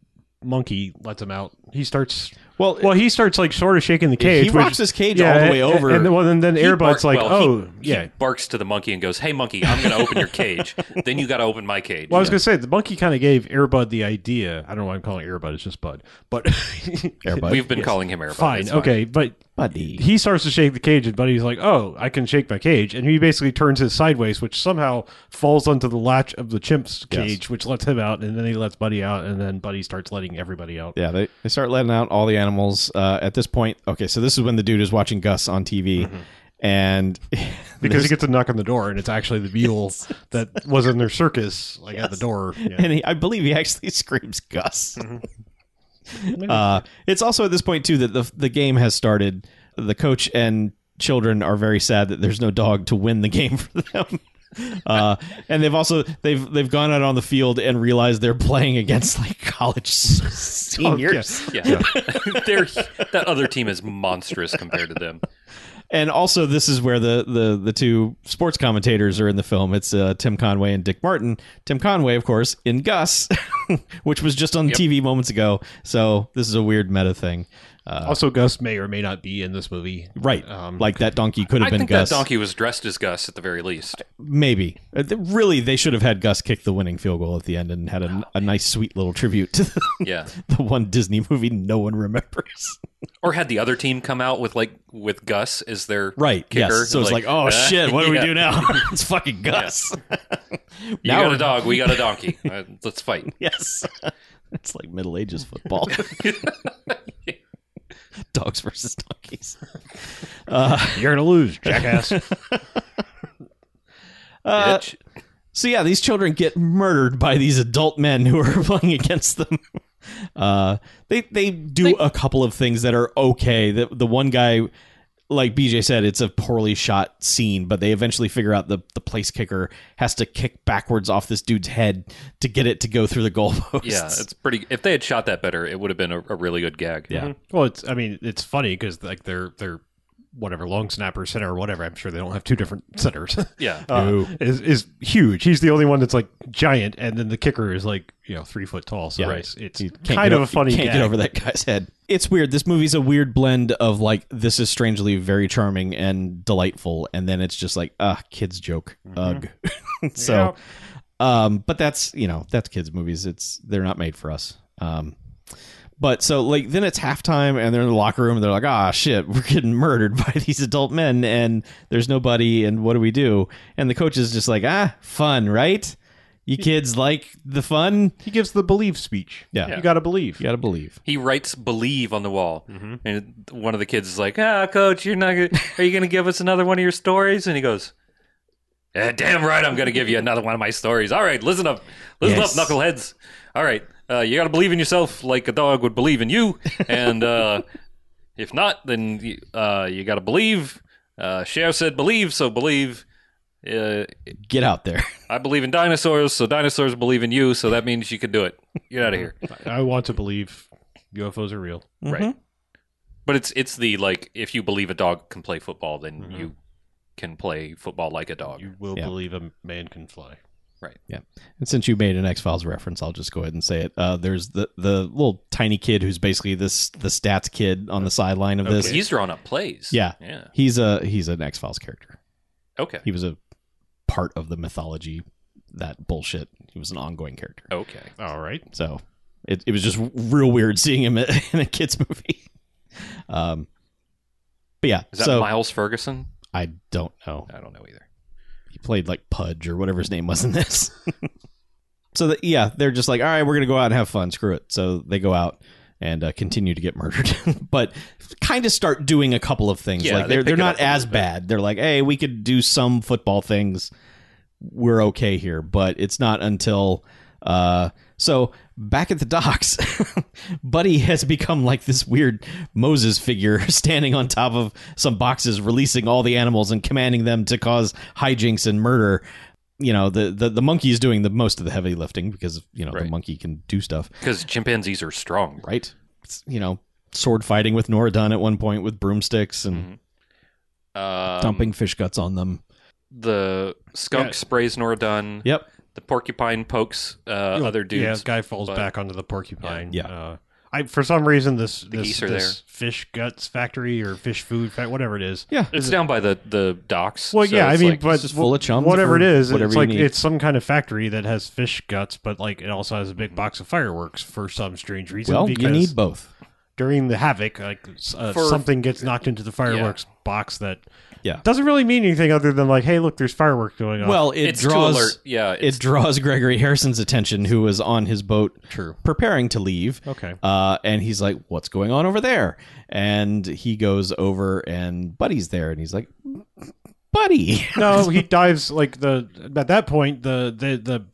[SPEAKER 3] monkey lets him out. He starts.
[SPEAKER 5] well,
[SPEAKER 3] Well, he starts like sort of shaking the cage.
[SPEAKER 5] he
[SPEAKER 3] which-
[SPEAKER 5] rocks his cage all the way
[SPEAKER 3] and-
[SPEAKER 5] over.
[SPEAKER 3] and, then- well, then then
[SPEAKER 4] He
[SPEAKER 3] Airbud's
[SPEAKER 4] bark-
[SPEAKER 3] like,
[SPEAKER 4] well, he-
[SPEAKER 3] oh yeah.
[SPEAKER 4] He barks to the monkey and goes, "Hey, monkey, I'm going to open your cage. then you got to open my cage."
[SPEAKER 3] well, I was gonna say the monkey kind of gave Airbud the idea. I don't know why I'm calling it Airbud. It's just Bud, but
[SPEAKER 5] Airbud,
[SPEAKER 4] We've been calling him Airbud.
[SPEAKER 3] fine,
[SPEAKER 4] It's
[SPEAKER 3] okay. But
[SPEAKER 5] Buddy.
[SPEAKER 3] he starts to shake the cage, and Buddy's like, "Oh, I can shake my cage," and he basically turns his sideways, which somehow falls onto the latch of the chimp's
[SPEAKER 5] Yes.
[SPEAKER 3] cage, which lets him out, and then he lets Buddy out, and then Buddy starts letting everybody out.
[SPEAKER 5] Yeah, they, they start letting out all the animals. Uh, at this point, okay, so this is when the dude is watching Gus on TV, and
[SPEAKER 3] Because he gets a knock on the door, and it's actually the mule that was in their circus, like at the
[SPEAKER 5] Yes.
[SPEAKER 3] door. Yeah.
[SPEAKER 5] and he, I believe he actually screams Gus. uh, it's also at this point too that the the game has started. The coach and children are very sad that there's no dog to win the game for them. Uh, and they've also they've they've gone out on the field and realized they're playing against like college
[SPEAKER 3] Oh,
[SPEAKER 5] seniors.
[SPEAKER 4] Yeah, They're, that other team is monstrous compared to them.
[SPEAKER 5] And also, this is where the, the, the two sports commentators are in the film. It's uh, Tim Conway and Dick Martin. Tim Conway, of course, in Gus, which was just on TV moments ago. So this is a weird meta thing, uh,
[SPEAKER 3] also, Gus may or may not be in this movie.
[SPEAKER 5] right?
[SPEAKER 3] Um,
[SPEAKER 5] like that donkey could have
[SPEAKER 4] I
[SPEAKER 5] been
[SPEAKER 4] think
[SPEAKER 5] Gus.
[SPEAKER 4] that donkey was dressed as Gus at the very least.
[SPEAKER 5] Maybe. Uh, th- Really, they should have had Gus kick the winning field goal at the end and had a, a nice, sweet little tribute to the,
[SPEAKER 4] Yeah,
[SPEAKER 5] the one Disney movie no one remembers.
[SPEAKER 4] or had the other team come out with like with Gus as their
[SPEAKER 5] Right.
[SPEAKER 4] kicker.
[SPEAKER 5] yes. So it's like, oh
[SPEAKER 4] uh,
[SPEAKER 5] shit, what do
[SPEAKER 4] yeah.
[SPEAKER 5] we do now? it's fucking Gus.
[SPEAKER 4] You
[SPEAKER 5] Now
[SPEAKER 4] got
[SPEAKER 5] we're-
[SPEAKER 4] a dog, we got a donkey. Uh, let's fight.
[SPEAKER 5] Yes. it's like Middle Ages football. Dogs versus donkeys.
[SPEAKER 3] You're gonna lose, jackass.
[SPEAKER 5] Uh,
[SPEAKER 4] Bitch.
[SPEAKER 5] so yeah, these children get murdered by these adult men who are playing against them. Uh, they they do a couple of things that are okay. The the one guy, like BJ said, it's a poorly shot scene, but they eventually figure out the the place kicker has to kick backwards off this dude's head to get it to go through the goalpost.
[SPEAKER 4] yeah, it's pretty. If they had shot that better, it would have been a, a really good gag.
[SPEAKER 5] yeah.
[SPEAKER 3] well, it's I mean, it's funny because like they're they're whatever long snapper center or whatever. I'm sure they don't have two different centers.
[SPEAKER 4] yeah.
[SPEAKER 3] uh,
[SPEAKER 5] No.
[SPEAKER 3] is is huge. He's the only one that's like giant, and then the kicker is like you know three foot tall. So
[SPEAKER 5] Yeah.
[SPEAKER 3] it's, it's
[SPEAKER 5] You can't
[SPEAKER 3] kind
[SPEAKER 5] get
[SPEAKER 3] of
[SPEAKER 5] o-
[SPEAKER 3] a funny.
[SPEAKER 5] You can't
[SPEAKER 3] gag.
[SPEAKER 5] get over that guy's head. It's weird. This movie's a weird blend of like this is strangely very charming and delightful, and then it's just like ah, kids joke.
[SPEAKER 3] Mm-hmm.
[SPEAKER 5] Ugh. so, um, but that's you know that's kids movies. It's they're not made for us. Um, but so like then it's halftime and they're in the locker room and they're like ah shit we're getting murdered by these adult men and there's nobody and what do we do and the coach is just like ah fun right you kids like the fun
[SPEAKER 3] He gives the believe speech.
[SPEAKER 5] Yeah.
[SPEAKER 3] you gotta believe.
[SPEAKER 5] you gotta believe
[SPEAKER 4] He writes "believe" on the wall, and one of the kids is like, "Ah, coach, you're not. Gonna, are you going to give us another one of your stories?" And he goes, "Eh, "Damn right, I'm going to give you another one of my stories. All right, listen up, listen
[SPEAKER 5] Yes.
[SPEAKER 4] up, knuckleheads. All right, uh, you got to believe in yourself like a dog would believe in you, and uh, if not, then you, uh, you got to believe." Uh, Cher said, "Believe, so believe." Uh,
[SPEAKER 5] get out there.
[SPEAKER 4] I believe in dinosaurs, so dinosaurs believe in you, so that means you can do it. Get out of here.
[SPEAKER 3] I want to believe UFOs are real.
[SPEAKER 4] right but it's it's the like if you believe a dog can play football then you can play football like a dog
[SPEAKER 3] Mm-hmm. You will
[SPEAKER 5] Yeah.
[SPEAKER 3] believe a man can fly.
[SPEAKER 5] And since you made an X Files reference, I'll just go ahead and say it. Uh, there's the the little tiny kid who's basically this the stats kid on the sideline of this.
[SPEAKER 4] he's drawn up plays
[SPEAKER 5] Yeah.
[SPEAKER 4] yeah
[SPEAKER 5] He's a he's an X Files character.
[SPEAKER 4] okay
[SPEAKER 5] He was a part of the mythology that bullshit. He was an ongoing character.
[SPEAKER 4] okay
[SPEAKER 3] All right.
[SPEAKER 5] So it it was just real weird seeing him in a kids movie. Um, but yeah,
[SPEAKER 4] is that
[SPEAKER 5] so
[SPEAKER 4] miles ferguson
[SPEAKER 5] I don't know.
[SPEAKER 4] i don't know either
[SPEAKER 5] he played like Pudge or whatever his name was in this. so that yeah, they're just like, all right, we're gonna go out and have fun. Screw it. So they go out and uh, continue to get murdered, but kind of start doing a couple of things.
[SPEAKER 4] Yeah,
[SPEAKER 5] like
[SPEAKER 4] they
[SPEAKER 5] they're
[SPEAKER 4] pick
[SPEAKER 5] they're
[SPEAKER 4] it
[SPEAKER 5] not
[SPEAKER 4] up a
[SPEAKER 5] as
[SPEAKER 4] little bit.
[SPEAKER 5] bad. They're like, hey, we could do some football things. We're okay here, but it's not until uh, so back at the docks, Buddy has become like this weird Moses figure standing on top of some boxes, releasing all the animals and commanding them to cause hijinks and murder. You know, the, the, the monkey is doing the most of the heavy lifting because, you know, the
[SPEAKER 4] Right.
[SPEAKER 5] monkey can do stuff,
[SPEAKER 4] because chimpanzees are strong
[SPEAKER 5] right? It's, you know, sword fighting with Nora Dunn at one point with broomsticks and
[SPEAKER 4] Mm-hmm. uh
[SPEAKER 5] Mm-hmm. dumping fish guts on them.
[SPEAKER 4] the skunk
[SPEAKER 3] Yeah.
[SPEAKER 4] sprays nora dunn
[SPEAKER 5] Yep.
[SPEAKER 4] the porcupine pokes uh, other
[SPEAKER 3] Oh, Yeah,
[SPEAKER 4] dudes
[SPEAKER 3] guy falls
[SPEAKER 4] but-
[SPEAKER 3] back onto the porcupine.
[SPEAKER 5] Yeah.
[SPEAKER 3] Uh, I for some reason this this,
[SPEAKER 4] geese are
[SPEAKER 3] this fish guts factory or fish food fact whatever it is.
[SPEAKER 5] Yeah.
[SPEAKER 4] it's down by the the docks
[SPEAKER 3] Well,
[SPEAKER 4] so
[SPEAKER 3] yeah, I
[SPEAKER 4] it's
[SPEAKER 3] mean,
[SPEAKER 4] like-
[SPEAKER 3] but
[SPEAKER 5] just full of chums
[SPEAKER 3] Whatever
[SPEAKER 5] for
[SPEAKER 3] it is,
[SPEAKER 5] whatever
[SPEAKER 3] it's
[SPEAKER 5] you
[SPEAKER 3] like
[SPEAKER 5] need.
[SPEAKER 3] it's some kind of factory that has fish guts, but like it also has a big box of fireworks for some strange reason.
[SPEAKER 5] Well, you
[SPEAKER 3] because-
[SPEAKER 5] need both.
[SPEAKER 3] during the havoc, like s- uh,
[SPEAKER 4] For-
[SPEAKER 3] something gets knocked into the fireworks box that
[SPEAKER 5] Yeah.
[SPEAKER 3] doesn't really mean anything other than like, hey, look, there's fireworks going on.
[SPEAKER 5] Well, it
[SPEAKER 4] it's
[SPEAKER 5] draws
[SPEAKER 4] too alert. Yeah, it's,
[SPEAKER 5] it draws Gregory Harrison's attention, who was on his boat,
[SPEAKER 3] True.
[SPEAKER 5] preparing to leave.
[SPEAKER 3] Okay.
[SPEAKER 5] uh, and he's like, "What's going on over there?" And he goes over, and Buddy's there, and he's like, "Buddy,
[SPEAKER 3] no, he dives like the at that point the the the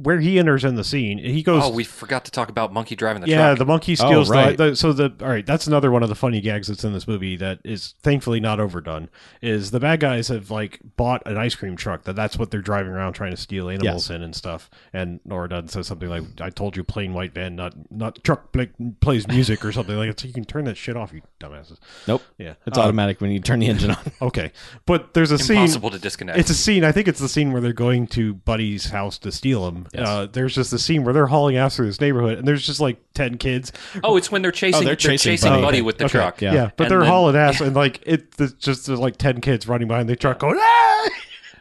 [SPEAKER 3] where he enters in the scene, he goes.
[SPEAKER 4] oh, we forgot to talk about monkey driving the
[SPEAKER 3] yeah,
[SPEAKER 4] truck.
[SPEAKER 3] the monkey steals
[SPEAKER 5] Oh, right.
[SPEAKER 3] the, the so the all right, that's another one of the funny gags that's in this movie that is thankfully not overdone is the bad guys have like bought an ice cream truck that that's what they're driving around trying to steal animals
[SPEAKER 5] Yes.
[SPEAKER 3] in and stuff. And Nora Dunn says something like I told you plain white van not not truck pla- plays music or something like that. So you can turn that shit off, you dumbasses.
[SPEAKER 5] nope,
[SPEAKER 3] Yeah.
[SPEAKER 5] it's
[SPEAKER 3] Uh,
[SPEAKER 5] automatic when you turn the engine on."
[SPEAKER 3] Okay. But there's a scene
[SPEAKER 4] Impossible to disconnect.
[SPEAKER 3] it's a scene. I think it's the scene where they're going to Buddy's house to steal him. Uh, there's just the scene where they're hauling ass through this neighborhood, and there's just like ten kids. Uh,
[SPEAKER 4] oh, it's when they're chasing.
[SPEAKER 5] they're
[SPEAKER 4] they're
[SPEAKER 5] chasing
[SPEAKER 4] chasing,
[SPEAKER 5] Buddy.
[SPEAKER 4] Buddy, with the
[SPEAKER 3] Okay,
[SPEAKER 4] truck.
[SPEAKER 5] yeah.
[SPEAKER 3] Yeah, but
[SPEAKER 4] And
[SPEAKER 3] they're
[SPEAKER 4] then-
[SPEAKER 3] hauling ass, and like it, it's just there's like ten kids running behind the truck going, "Ah!"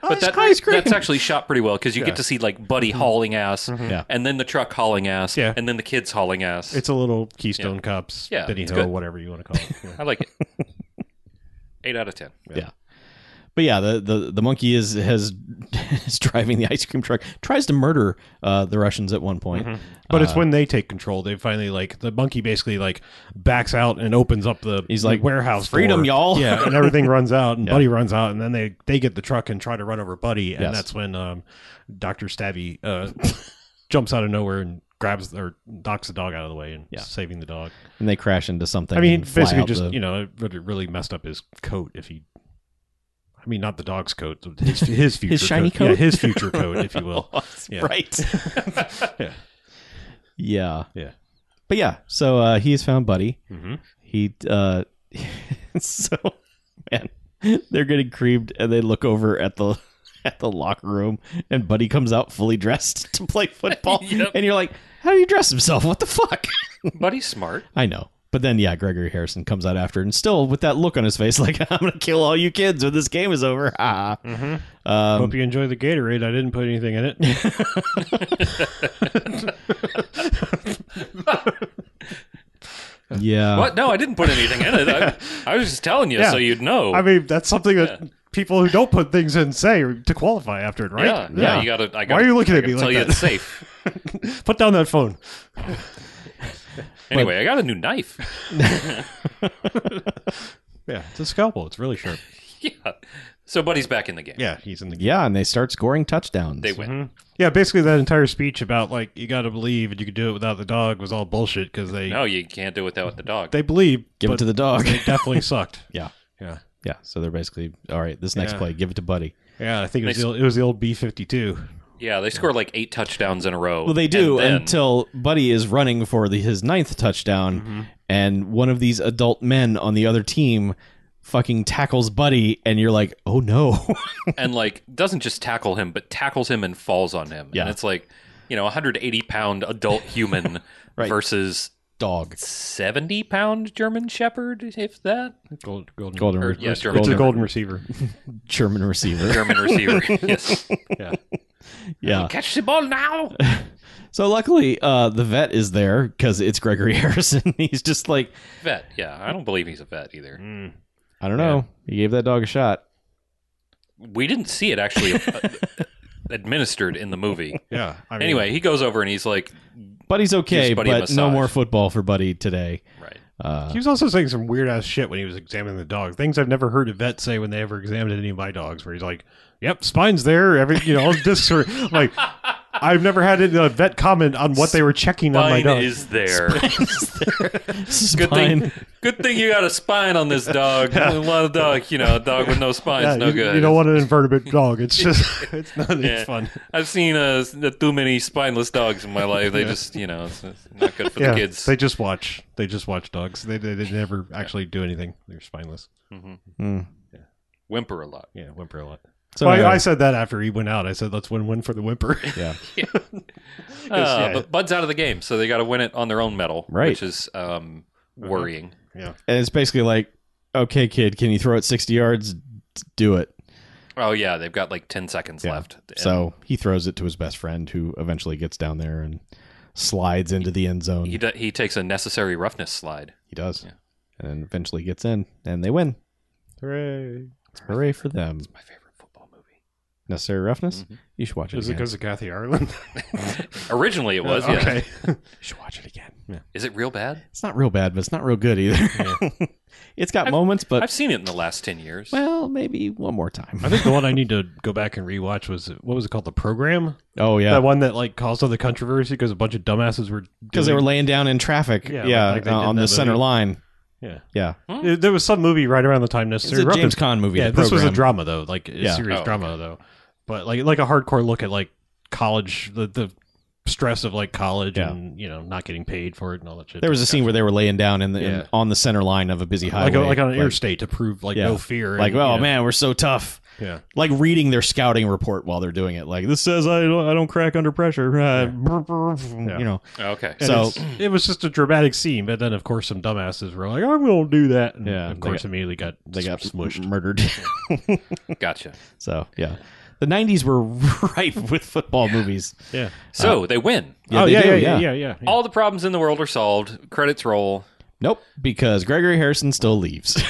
[SPEAKER 4] But that,
[SPEAKER 3] ice cream.
[SPEAKER 4] that's actually shot pretty well because you get to see like Buddy hauling ass,
[SPEAKER 5] Mm-hmm. Yeah.
[SPEAKER 4] and then the truck hauling ass,
[SPEAKER 3] Mm-hmm. Yeah.
[SPEAKER 4] and then the kids hauling ass.
[SPEAKER 3] It's a little Keystone Cops,
[SPEAKER 4] Yeah,
[SPEAKER 3] Benny
[SPEAKER 4] it's
[SPEAKER 3] Hill,
[SPEAKER 4] good.
[SPEAKER 3] whatever you want to call it. Yeah.
[SPEAKER 4] I like it. Eight out of ten.
[SPEAKER 5] But yeah, the, the, the monkey is has is driving the ice cream truck. Tries to murder uh, the Russians at one point.
[SPEAKER 3] But
[SPEAKER 5] Uh,
[SPEAKER 3] it's when they take control. They finally like the monkey basically like backs out and opens up the
[SPEAKER 5] He's like,
[SPEAKER 3] the warehouse
[SPEAKER 5] "Freedom,
[SPEAKER 3] door."
[SPEAKER 5] y'all.
[SPEAKER 3] Yeah, and everything runs out, and Buddy runs out, and then they they get the truck and try to run over Buddy, and
[SPEAKER 5] Yes.
[SPEAKER 3] that's when um, Doctor Stabby uh, jumps out of nowhere and grabs or knocks the dog out of the way and
[SPEAKER 5] Yeah.
[SPEAKER 3] saving the dog.
[SPEAKER 5] And they crash into something.
[SPEAKER 3] I mean,
[SPEAKER 5] and fly
[SPEAKER 3] basically
[SPEAKER 5] out
[SPEAKER 3] just
[SPEAKER 5] the-
[SPEAKER 3] you know it would have really messed up his coat if he. I mean, not the dog's coat, his his future
[SPEAKER 5] shiny
[SPEAKER 3] yeah,
[SPEAKER 5] coat?
[SPEAKER 3] his future coat, if you will. Yeah.
[SPEAKER 5] right.
[SPEAKER 3] Yeah.
[SPEAKER 5] Yeah.
[SPEAKER 3] Yeah.
[SPEAKER 5] But yeah, so uh, he has found Buddy.
[SPEAKER 3] Mm-hmm.
[SPEAKER 5] He uh, so man, they're getting creamed, and they look over at the at the locker room, and Buddy comes out fully dressed to play football,
[SPEAKER 4] Yep.
[SPEAKER 5] and you're like, how do you dress himself? What the fuck?
[SPEAKER 4] Buddy's smart.
[SPEAKER 5] I know. But then, yeah, Gregory Harrison comes out after and still with that look on his face, like, I'm going to kill all you kids when this game is over. Ah.
[SPEAKER 3] Mm-hmm.
[SPEAKER 5] Um,
[SPEAKER 3] Hope you enjoy the Gatorade. I didn't put anything in it.
[SPEAKER 5] yeah.
[SPEAKER 4] What? No, I didn't put anything in it. I, I was just telling you
[SPEAKER 3] Uh. Yeah.
[SPEAKER 4] so you'd know.
[SPEAKER 3] I mean, that's something that people who don't put things in say to qualify after it,
[SPEAKER 4] yeah,
[SPEAKER 3] right?
[SPEAKER 4] yeah, You gotta. I gotta
[SPEAKER 3] Why are you looking
[SPEAKER 4] I
[SPEAKER 3] at me
[SPEAKER 4] gotta Tell
[SPEAKER 3] like
[SPEAKER 4] you
[SPEAKER 3] that?
[SPEAKER 4] it's safe.
[SPEAKER 3] Put down that phone.
[SPEAKER 4] Anyway, I got a new knife.
[SPEAKER 3] Yeah, it's a scalpel. It's really sharp.
[SPEAKER 4] yeah. So Buddy's back in the game.
[SPEAKER 3] Yeah, he's in the game.
[SPEAKER 5] Yeah, and they start scoring touchdowns.
[SPEAKER 4] They win.
[SPEAKER 3] Yeah, basically that entire speech about like you got to believe and you can do it without the dog was all bullshit because they
[SPEAKER 4] No, you can't do it without the dog.
[SPEAKER 3] Mm-hmm. they believe,
[SPEAKER 5] Give it
[SPEAKER 3] but
[SPEAKER 5] to the dog.
[SPEAKER 3] they definitely sucked.
[SPEAKER 5] yeah.
[SPEAKER 3] Yeah,
[SPEAKER 5] Yeah. So they're basically, all right, this next
[SPEAKER 3] Yeah.
[SPEAKER 5] play, give it to Buddy.
[SPEAKER 3] yeah. I think it was
[SPEAKER 4] They-
[SPEAKER 3] the, old- it was the old B fifty two.
[SPEAKER 4] yeah, they score like eight touchdowns in a row.
[SPEAKER 5] Well, they do
[SPEAKER 4] And then-
[SPEAKER 5] until Buddy is running for the, his ninth touchdown, and one of these adult men on the other team fucking tackles Buddy, and you're like, oh no.
[SPEAKER 4] and like doesn't just tackle him, but tackles him and falls on him.
[SPEAKER 5] Yeah.
[SPEAKER 4] And it's like, you know, 180 pound adult human
[SPEAKER 5] Right.
[SPEAKER 4] versus
[SPEAKER 5] Dog.
[SPEAKER 4] 70 pound German Shepherd, if that.
[SPEAKER 3] Gold, golden,
[SPEAKER 5] Golden,
[SPEAKER 4] Or,
[SPEAKER 5] re-
[SPEAKER 4] yeah, German,
[SPEAKER 3] It's a
[SPEAKER 5] golden,
[SPEAKER 3] golden receiver.
[SPEAKER 5] German receiver.
[SPEAKER 4] German receiver. yes.
[SPEAKER 3] Yeah,
[SPEAKER 5] yeah.
[SPEAKER 4] Catch the ball now.
[SPEAKER 5] So luckily, uh, the vet is there because it's Gregory Harrison. He's just like,
[SPEAKER 4] Vet. Yeah, I don't believe he's a vet either.
[SPEAKER 5] I don't know. He gave that dog a shot.
[SPEAKER 4] We didn't see it actually uh, administered in the movie.
[SPEAKER 3] yeah. I mean,
[SPEAKER 4] Anyway, he goes over and he's like,
[SPEAKER 5] Buddy's okay,
[SPEAKER 4] Gives Buddy a
[SPEAKER 5] but no
[SPEAKER 4] massage.
[SPEAKER 5] more football for Buddy today.
[SPEAKER 4] right.
[SPEAKER 5] Uh,
[SPEAKER 3] He was also saying some weird ass shit when he was examining the dog. Things I've never heard a vet say when they ever examined any of my dogs, where he's like, "Yep, spine's there." Every you know, all discs are like. I've never had a vet comment on what they were checking on my
[SPEAKER 4] Spine
[SPEAKER 3] dog.
[SPEAKER 4] is there. Good
[SPEAKER 5] spine.
[SPEAKER 4] thing, good thing you got a spine on this dog. A lot of dog, you know, a dog with no spine's
[SPEAKER 3] Yeah,
[SPEAKER 4] no
[SPEAKER 3] you,
[SPEAKER 4] good.
[SPEAKER 3] you don't want an invertebrate dog. It's just it's not
[SPEAKER 4] Yeah.
[SPEAKER 3] it's fun.
[SPEAKER 4] I've seen uh, s- too many spineless dogs in my life. They just, you know, it's, it's not good for
[SPEAKER 3] Yeah,
[SPEAKER 4] the kids.
[SPEAKER 3] they just watch. They just watch dogs. They they, they never actually do anything. They're spineless.
[SPEAKER 4] Mm-hmm.
[SPEAKER 3] Mm.
[SPEAKER 4] Whimper a lot.
[SPEAKER 3] Yeah, whimper a lot.
[SPEAKER 5] So
[SPEAKER 3] Well,
[SPEAKER 5] anyway,
[SPEAKER 3] I, I said that after he went out. I said, "Let's win one for the whimper."
[SPEAKER 5] yeah.
[SPEAKER 4] Uh,
[SPEAKER 3] yeah.
[SPEAKER 4] But Bud's out of the game, so they got to win it on their own medal,
[SPEAKER 5] Right.
[SPEAKER 4] which is um, worrying.
[SPEAKER 3] yeah,
[SPEAKER 5] And it's basically like, okay, kid, can you throw it 60 yards? D- Do it.
[SPEAKER 4] Oh, yeah, they've got like 10 seconds left. And
[SPEAKER 5] So he throws it to his best friend who eventually gets down there and slides into the end zone.
[SPEAKER 4] He,
[SPEAKER 5] He,
[SPEAKER 4] d- he takes a necessary roughness slide.
[SPEAKER 5] does.
[SPEAKER 4] Yeah.
[SPEAKER 5] And then eventually gets in, and they win. Hooray. Hooray for them.
[SPEAKER 4] My favorite football movie.
[SPEAKER 5] Necessary roughness? You should watch it
[SPEAKER 3] Is it
[SPEAKER 5] again.
[SPEAKER 3] because of Kathy Ireland?
[SPEAKER 4] Originally, it was. Yeah.
[SPEAKER 3] okay.
[SPEAKER 5] you should watch it again.
[SPEAKER 4] Is it real bad?
[SPEAKER 5] It's not real bad, but it's not real good either. it's got
[SPEAKER 4] I've-
[SPEAKER 5] moments, but
[SPEAKER 4] I've seen it in the last ten years.
[SPEAKER 5] well, maybe one more time.
[SPEAKER 3] I think the one I need to go back and rewatch was what was it called? The program.
[SPEAKER 5] Oh yeah,
[SPEAKER 3] That one that like caused all the controversy because a bunch of dumbasses were
[SPEAKER 5] because they were
[SPEAKER 3] doing-
[SPEAKER 5] laying down in traffic.
[SPEAKER 3] Yeah,
[SPEAKER 5] Yeah,
[SPEAKER 3] like they
[SPEAKER 5] uh,
[SPEAKER 3] did in
[SPEAKER 5] on
[SPEAKER 3] that
[SPEAKER 5] the center
[SPEAKER 3] movie.
[SPEAKER 5] line.
[SPEAKER 3] Yeah.
[SPEAKER 5] Yeah,
[SPEAKER 3] Uh, There was some movie right around the time
[SPEAKER 5] it's
[SPEAKER 3] necessary.
[SPEAKER 5] a
[SPEAKER 3] Roughness-
[SPEAKER 5] James Conn movie.
[SPEAKER 3] Yeah,
[SPEAKER 5] The
[SPEAKER 3] this was a
[SPEAKER 5] Program.
[SPEAKER 3] drama though, like a
[SPEAKER 5] Yeah.
[SPEAKER 3] serious
[SPEAKER 4] Oh,
[SPEAKER 3] drama though, but like like a hardcore look at like college, the the stress of like college
[SPEAKER 5] Yeah.
[SPEAKER 3] and you know not getting paid for it and all that shit.
[SPEAKER 5] There was a scene where they were laying down in the in-
[SPEAKER 3] Yeah.
[SPEAKER 5] on the center line of a busy highway,
[SPEAKER 3] like a, like on an interstate to prove like
[SPEAKER 5] Yeah.
[SPEAKER 3] no fear.
[SPEAKER 5] like,
[SPEAKER 3] and,
[SPEAKER 5] oh
[SPEAKER 3] you know,
[SPEAKER 5] man, we're so tough.
[SPEAKER 3] yeah.
[SPEAKER 5] Like reading their scouting report while they're doing it. Like this says I don't I don't crack under pressure. Uh, brr, brr,
[SPEAKER 3] Yeah.
[SPEAKER 5] You know,
[SPEAKER 4] okay.
[SPEAKER 5] So-
[SPEAKER 3] so it was just a dramatic scene, but then of course some dumbasses were like, "I'm gonna do that," and
[SPEAKER 5] Yeah,
[SPEAKER 3] of
[SPEAKER 5] they
[SPEAKER 3] course
[SPEAKER 5] got-
[SPEAKER 3] immediately got
[SPEAKER 5] they got
[SPEAKER 3] smushed.
[SPEAKER 5] murdered.
[SPEAKER 4] Gotcha.
[SPEAKER 5] so yeah, the '90s were rife with football movies.
[SPEAKER 3] Yeah.
[SPEAKER 4] So they win.
[SPEAKER 5] Yeah,
[SPEAKER 3] oh
[SPEAKER 5] they
[SPEAKER 3] yeah,
[SPEAKER 5] do,
[SPEAKER 3] yeah, yeah, yeah, yeah,
[SPEAKER 4] All the problems in the world are solved. Credits roll.
[SPEAKER 5] Nope, because Gregory Harrison still leaves.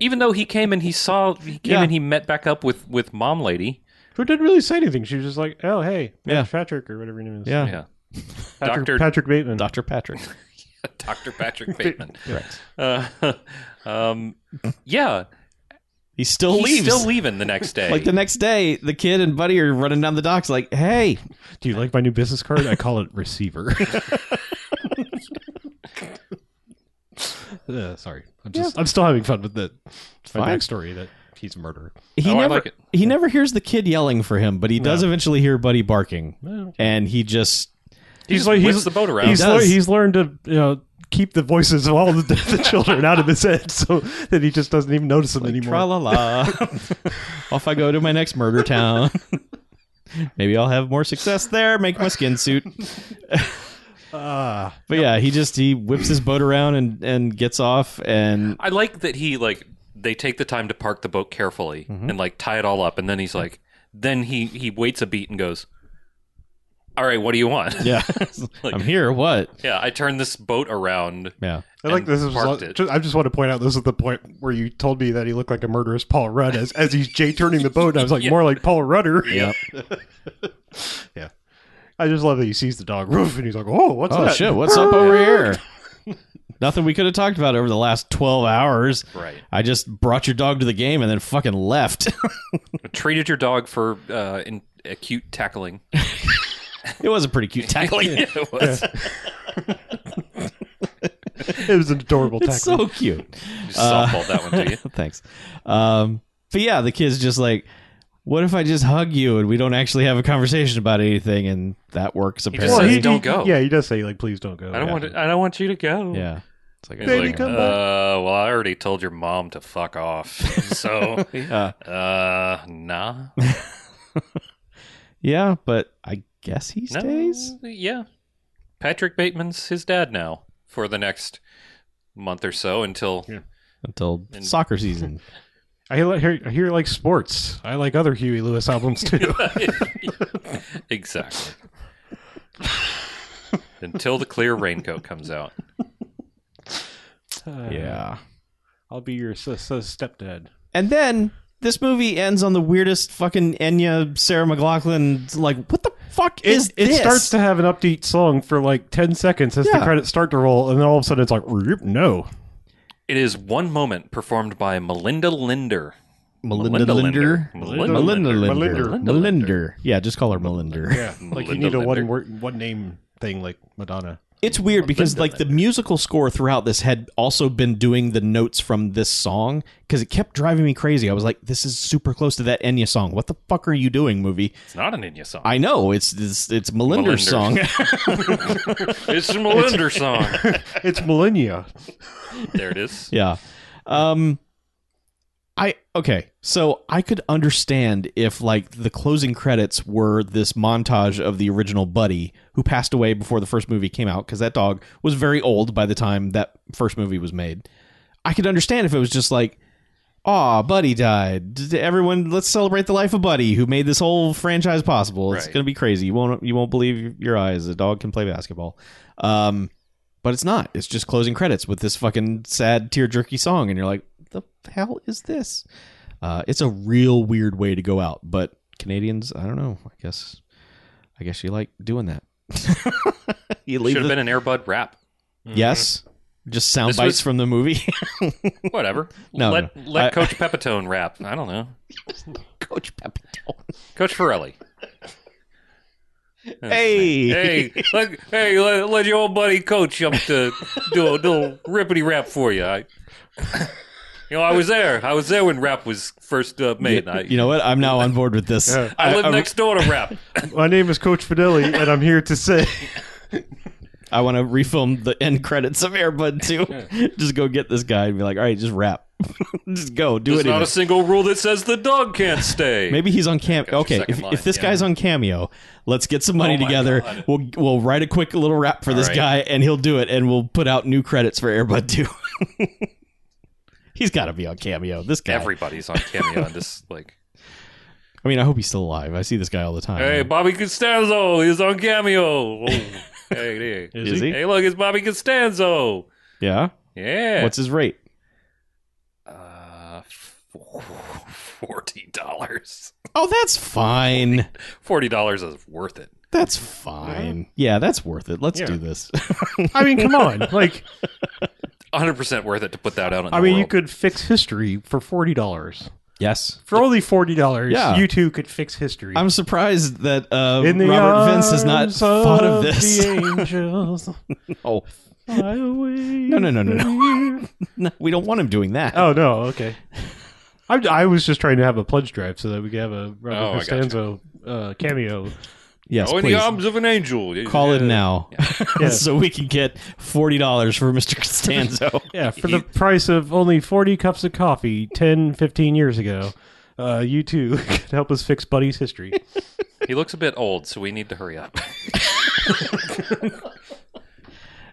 [SPEAKER 4] Even though he came and he saw, he came
[SPEAKER 5] Yeah.
[SPEAKER 4] and he met back up with with mom lady.
[SPEAKER 3] Who didn't really say anything? She was just like, "Oh hey,
[SPEAKER 5] Yeah.
[SPEAKER 3] Patrick or whatever your name is."
[SPEAKER 5] yeah.
[SPEAKER 4] Yeah.
[SPEAKER 3] Patrick,
[SPEAKER 4] Doctor
[SPEAKER 3] Patrick Bateman.
[SPEAKER 5] Dr. Patrick.
[SPEAKER 4] Doctor Patrick Bateman. Correct. Uh, um, yeah.
[SPEAKER 5] He still
[SPEAKER 4] He's
[SPEAKER 5] leaves.
[SPEAKER 4] still leaving the next day.
[SPEAKER 5] like the next day, the kid and Buddy are running down the docks, like, hey,
[SPEAKER 3] Do you like my new business card? I call it receiver. Uh, sorry, I'm just I'm still having fun with the my
[SPEAKER 5] Fine.
[SPEAKER 3] backstory that he's a murderer.
[SPEAKER 5] he
[SPEAKER 4] Oh, I
[SPEAKER 5] never
[SPEAKER 4] like it.
[SPEAKER 5] he never hears the kid yelling for him, but he does eventually hear Buddy barking, and he just
[SPEAKER 4] he's
[SPEAKER 3] like- he's-
[SPEAKER 4] he's the boat around.
[SPEAKER 3] He's
[SPEAKER 5] does.
[SPEAKER 3] lear- he's learned to you know keep the voices of all the, the children out of his head so that he just doesn't even notice them anymore.
[SPEAKER 5] tra la la. Off I go to my next murder town. Maybe I'll have more success there. Make my skin suit.
[SPEAKER 3] Ah,
[SPEAKER 5] But yeah, he just he whips his boat around and and gets off and
[SPEAKER 4] I like that he like they take the time to park the boat carefully and like tie it all up, and then he's like, then he he waits a beat and goes, "All right, what do you want?"
[SPEAKER 5] yeah, I'm here. What?
[SPEAKER 4] Yeah, I turned this boat around.
[SPEAKER 5] Yeah.
[SPEAKER 3] I like
[SPEAKER 4] and
[SPEAKER 3] this. Is
[SPEAKER 4] parked
[SPEAKER 3] just,
[SPEAKER 4] it.
[SPEAKER 3] I just want to point out this is the point where you told me that he looked like a murderous Paul Rudd as, as he's Jay turning the boat. And I was like, more like Paul Rudder.
[SPEAKER 5] Yeah.
[SPEAKER 3] yeah. I just love that he sees the dog roof and he's like, "Oh, what's
[SPEAKER 5] Oh
[SPEAKER 3] that?"
[SPEAKER 5] shit, what's up over here? Nothing we could have talked about over the last 12 hours.
[SPEAKER 4] Right.
[SPEAKER 5] I just brought your dog to the game and then fucking left.
[SPEAKER 4] Treated your dog for uh, in, acute tackling.
[SPEAKER 5] it was a pretty cute tackle.
[SPEAKER 4] it was
[SPEAKER 3] It was an adorable tackle.
[SPEAKER 5] It's so cute.
[SPEAKER 4] just softball that one to you.
[SPEAKER 5] Thanks. Um, but yeah, the kid's just like, what if I just hug you and we don't actually have a conversation about anything? And that works
[SPEAKER 4] just
[SPEAKER 5] apparently.
[SPEAKER 4] says he- don't go.
[SPEAKER 3] Yeah, he does say like, "Please don't go."
[SPEAKER 4] I don't
[SPEAKER 3] Yeah.
[SPEAKER 4] want. To, I don't want you to go.
[SPEAKER 5] yeah.
[SPEAKER 4] He's
[SPEAKER 3] Baby,
[SPEAKER 4] like,
[SPEAKER 3] come back.
[SPEAKER 4] uh, well, I already told your mom to fuck off. So,
[SPEAKER 5] Yeah.
[SPEAKER 4] uh, nah.
[SPEAKER 5] Yeah, but I guess he stays.
[SPEAKER 4] No, yeah. Patrick Bateman's his dad now for the next month or so until
[SPEAKER 3] Yeah.
[SPEAKER 5] Until soccer season.
[SPEAKER 3] I li- hear, I hear like sports. I like other Huey Lewis albums too.
[SPEAKER 4] exactly until the clear raincoat comes out.
[SPEAKER 5] yeah.
[SPEAKER 3] I'll be your s- s- stepdad.
[SPEAKER 5] And then this movie ends on the weirdest fucking Enya Sarah McLaughlin. Like, what the fuck
[SPEAKER 3] It,
[SPEAKER 5] is
[SPEAKER 3] it
[SPEAKER 5] this?
[SPEAKER 3] starts to have an upbeat song for like ten seconds as the
[SPEAKER 5] Yeah.
[SPEAKER 3] credits start to roll, and then all of a sudden it's like, "Roop, "No,
[SPEAKER 4] It is one moment performed by Melinda Linder.
[SPEAKER 5] Melinda Linder.
[SPEAKER 4] Melinda
[SPEAKER 5] Melinda
[SPEAKER 4] Linder.
[SPEAKER 5] Linder.
[SPEAKER 3] Melinda
[SPEAKER 5] Melinda. Yeah, just call her Melinda.
[SPEAKER 3] Yeah, like
[SPEAKER 4] Melinda
[SPEAKER 3] you need a
[SPEAKER 4] Linder.
[SPEAKER 3] one word, one name thing, like Madonna.
[SPEAKER 5] It's weird because like the musical score throughout this had also been doing the notes from this song because it kept driving me crazy. I was like, this is super close to that Enya song. What the fuck are you doing, movie?
[SPEAKER 4] It's not an Inya song.
[SPEAKER 5] I know it's it's, it's Melinda's song.
[SPEAKER 4] Melinda. It's a Melinda song.
[SPEAKER 3] It's Millennia.
[SPEAKER 4] There it is.
[SPEAKER 5] yeah. Um I okay. So I could understand if like the closing credits were this montage of the original Buddy who passed away before the first movie came out cuz that dog was very old by the time that first movie was made. I could understand if it was just like Aw, Buddy died. D- d- Everyone, let's celebrate the life of Buddy, who made this whole franchise possible. It's
[SPEAKER 4] Right.
[SPEAKER 5] gonna be crazy. You won't you won't believe your eyes. A dog can play basketball. Um, but it's not. It's just closing credits with this fucking sad, tear jerky song, and you're like, the hell is this? Uh, it's a real weird way to go out, but Canadians, I don't know. I guess, I guess you like doing that. you
[SPEAKER 4] Should
[SPEAKER 5] leave.
[SPEAKER 4] have
[SPEAKER 5] the-
[SPEAKER 4] been an Airbud rap.
[SPEAKER 5] yes, just sound
[SPEAKER 4] This
[SPEAKER 5] bites
[SPEAKER 4] was-
[SPEAKER 5] from the movie.
[SPEAKER 4] Whatever.
[SPEAKER 5] No,
[SPEAKER 4] let
[SPEAKER 5] no.
[SPEAKER 4] let
[SPEAKER 5] I-
[SPEAKER 4] Coach Pepitone rap. I don't know.
[SPEAKER 5] Coach Pepitone.
[SPEAKER 4] Coach Ferrelli. That's his
[SPEAKER 5] Hey.
[SPEAKER 4] name. hey, let, hey, let, let your old buddy Coach up to do a little rippity rap for you. I, you know, I was there. I was there when rap was first uh, made. I,
[SPEAKER 5] You know what? I'm now on board with this.
[SPEAKER 3] Yeah.
[SPEAKER 4] I, live
[SPEAKER 5] I-
[SPEAKER 4] next door to rap.
[SPEAKER 3] My name is Coach Fidelli, and I'm here to say
[SPEAKER 5] I want to refilm the end credits of Airbud 2. just go get this guy and be like, all right, just rap. just go, do
[SPEAKER 4] There's
[SPEAKER 5] it.
[SPEAKER 4] not a single rule that says the dog can't stay.
[SPEAKER 5] Maybe he's on cam.
[SPEAKER 4] your
[SPEAKER 5] Okay,
[SPEAKER 4] second
[SPEAKER 5] if,
[SPEAKER 4] line,
[SPEAKER 5] if this
[SPEAKER 4] yeah.
[SPEAKER 5] guy's on cameo, let's get some money
[SPEAKER 4] Oh my
[SPEAKER 5] together.
[SPEAKER 4] God.
[SPEAKER 5] We'll we'll write a quick little rap for this
[SPEAKER 4] right.
[SPEAKER 5] guy, and he'll do it, and we'll put out new credits for Airbud Two. he's got to be on cameo. This guy.
[SPEAKER 4] everybody's on cameo on this. Like,
[SPEAKER 5] I mean, I hope he's still alive. I see this guy all the time.
[SPEAKER 4] hey, Bobby Costanzo is on cameo. Oh, hey, hey.
[SPEAKER 5] is, he?
[SPEAKER 4] hey, look, it's Bobby Costanzo.
[SPEAKER 5] Yeah.
[SPEAKER 4] Yeah.
[SPEAKER 5] What's his rate?
[SPEAKER 4] Uh, forty dollars.
[SPEAKER 5] Oh, that's fine.
[SPEAKER 4] Forty dollars is worth it.
[SPEAKER 5] That's fine. Yeah, that's worth it. Let's
[SPEAKER 3] Yeah.
[SPEAKER 5] do this.
[SPEAKER 3] I mean, come on. Like,
[SPEAKER 4] One hundred percent worth it to put that out. In
[SPEAKER 3] I
[SPEAKER 4] the
[SPEAKER 3] mean,
[SPEAKER 4] world.
[SPEAKER 3] you could fix history for forty dollars.
[SPEAKER 5] yes.
[SPEAKER 3] For only forty dollars,
[SPEAKER 5] Yeah.
[SPEAKER 3] you two could fix history.
[SPEAKER 5] I'm surprised that uh, Robert Vince has not
[SPEAKER 3] arms
[SPEAKER 5] thought of this.
[SPEAKER 3] The angels,
[SPEAKER 5] oh,
[SPEAKER 3] I
[SPEAKER 5] no,
[SPEAKER 3] no,
[SPEAKER 5] no, no, no, no. no. We don't want him doing that.
[SPEAKER 3] Oh no, okay. I, I was just trying to have a pledge drive so that we could have a Robert
[SPEAKER 4] Oh, I gotcha.
[SPEAKER 3] Costanzo uh, cameo.
[SPEAKER 5] yes,
[SPEAKER 4] oh, in
[SPEAKER 5] please.
[SPEAKER 4] the arms of an angel.
[SPEAKER 5] Call it now,
[SPEAKER 3] Yeah.
[SPEAKER 5] so we can get forty dollars for Mr. Costanzo.
[SPEAKER 3] Yeah, for the E price of only 40 cups of coffee 10, 15 years ago, uh, you two could help us fix Buddy's history.
[SPEAKER 4] He looks a bit old, so we need to hurry up.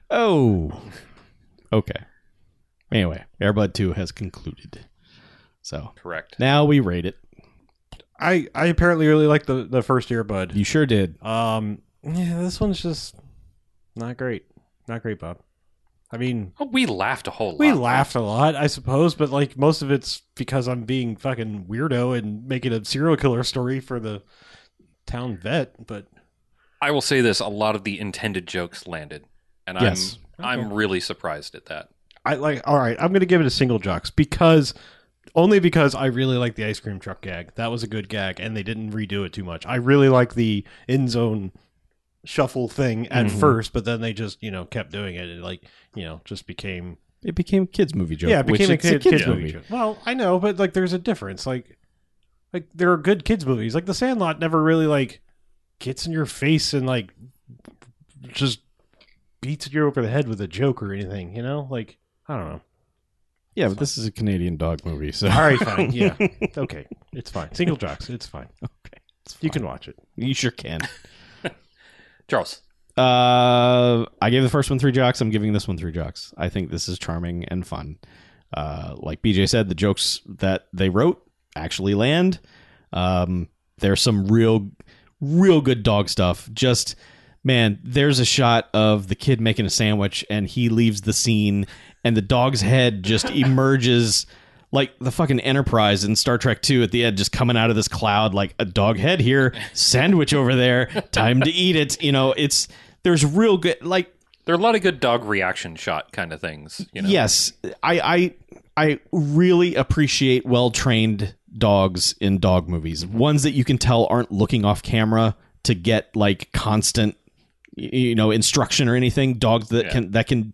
[SPEAKER 5] oh, okay. Anyway, Airbud Two has concluded. So
[SPEAKER 4] Correct.
[SPEAKER 5] now we rate it.
[SPEAKER 3] I, I apparently really like the, the first earbud.
[SPEAKER 5] You sure did.
[SPEAKER 3] Um, yeah, this one's just not great. Not great, Bob. I mean,
[SPEAKER 4] Oh, we laughed a whole
[SPEAKER 3] we
[SPEAKER 4] lot.
[SPEAKER 3] laughed a lot, I suppose, but like most of it's because I'm being fucking weirdo and making a serial killer story for the town vet. But
[SPEAKER 4] I will say this: a lot of the intended jokes landed, and
[SPEAKER 5] Yes.
[SPEAKER 4] I'm I'm really surprised at that.
[SPEAKER 3] I like, all right, I'm going to give it a single jocks because only because I really like the ice cream truck gag. That was a good gag, and they didn't redo it too much. I really like the end zone shuffle thing at
[SPEAKER 5] Mhm.
[SPEAKER 3] first, but then they just, you know, kept doing it. It like, you know, just became
[SPEAKER 5] It became a kids movie joke.
[SPEAKER 3] yeah, it
[SPEAKER 5] which
[SPEAKER 3] became a,
[SPEAKER 5] it's
[SPEAKER 3] kid, kids, movie. Well, I know, but like, there's a difference. Like, like there are good kids movies. Like The Sandlot never really like gets in your face and like just beats you over the head with a joke or anything. You know, like I don't know.
[SPEAKER 5] Yeah, but this is a Canadian dog movie, so
[SPEAKER 3] All right, fine. Yeah, okay, it's fine. Single jocks, it's fine.
[SPEAKER 5] okay, it's
[SPEAKER 3] You
[SPEAKER 5] fine.
[SPEAKER 3] can watch it.
[SPEAKER 5] you sure can.
[SPEAKER 4] Charles,
[SPEAKER 5] Uh, I gave the first one three jocks. I'm giving this one three jocks. I think this is charming and fun. Uh, like BJ said, the jokes that they wrote actually land. Um, there's some real, real good dog stuff. Just man, there's a shot of the kid making a sandwich and he leaves the scene, and the dog's head just emerges. Like the fucking Enterprise in Star Trek 2 at the end, just coming out of this cloud, like a dog head here, sandwich over there, time to eat it. You know, it's, there's real good, like,
[SPEAKER 4] there are a lot of good dog reaction shot kind of things. You know?
[SPEAKER 5] Yes, I I I really appreciate well trained dogs in dog movies.
[SPEAKER 4] Mm-hmm.
[SPEAKER 5] Ones that you can tell aren't looking off camera to get like constant, y- you know, instruction or anything. Dogs that
[SPEAKER 4] Yeah.
[SPEAKER 5] can that can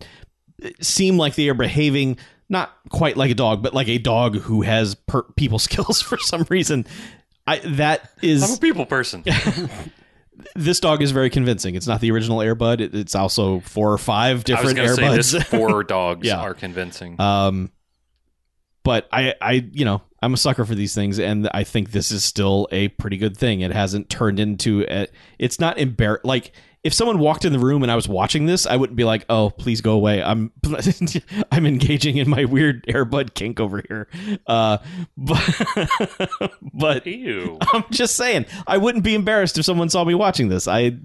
[SPEAKER 5] seem like they are behaving not quite like a dog, but like a dog who has per- people skills for some reason. I that is
[SPEAKER 4] I'm a people person.
[SPEAKER 5] this dog is very convincing. It's not the original Airbud. It, it's also four or five
[SPEAKER 4] I was
[SPEAKER 5] different
[SPEAKER 4] going to say
[SPEAKER 5] Airbuds.
[SPEAKER 4] this four dogs
[SPEAKER 5] Yeah.
[SPEAKER 4] are convincing.
[SPEAKER 5] Um, but I, I, you know, I'm a sucker for these things, and I think this is still a pretty good thing. It hasn't turned into a, it's not embar like if someone walked in the room and I was watching this, I wouldn't be like, "Oh, please go away. I'm I'm engaging in my weird airbud kink over here." Uh, but but
[SPEAKER 4] Ew.
[SPEAKER 5] I'm just saying, I wouldn't be embarrassed if someone saw me watching this. I,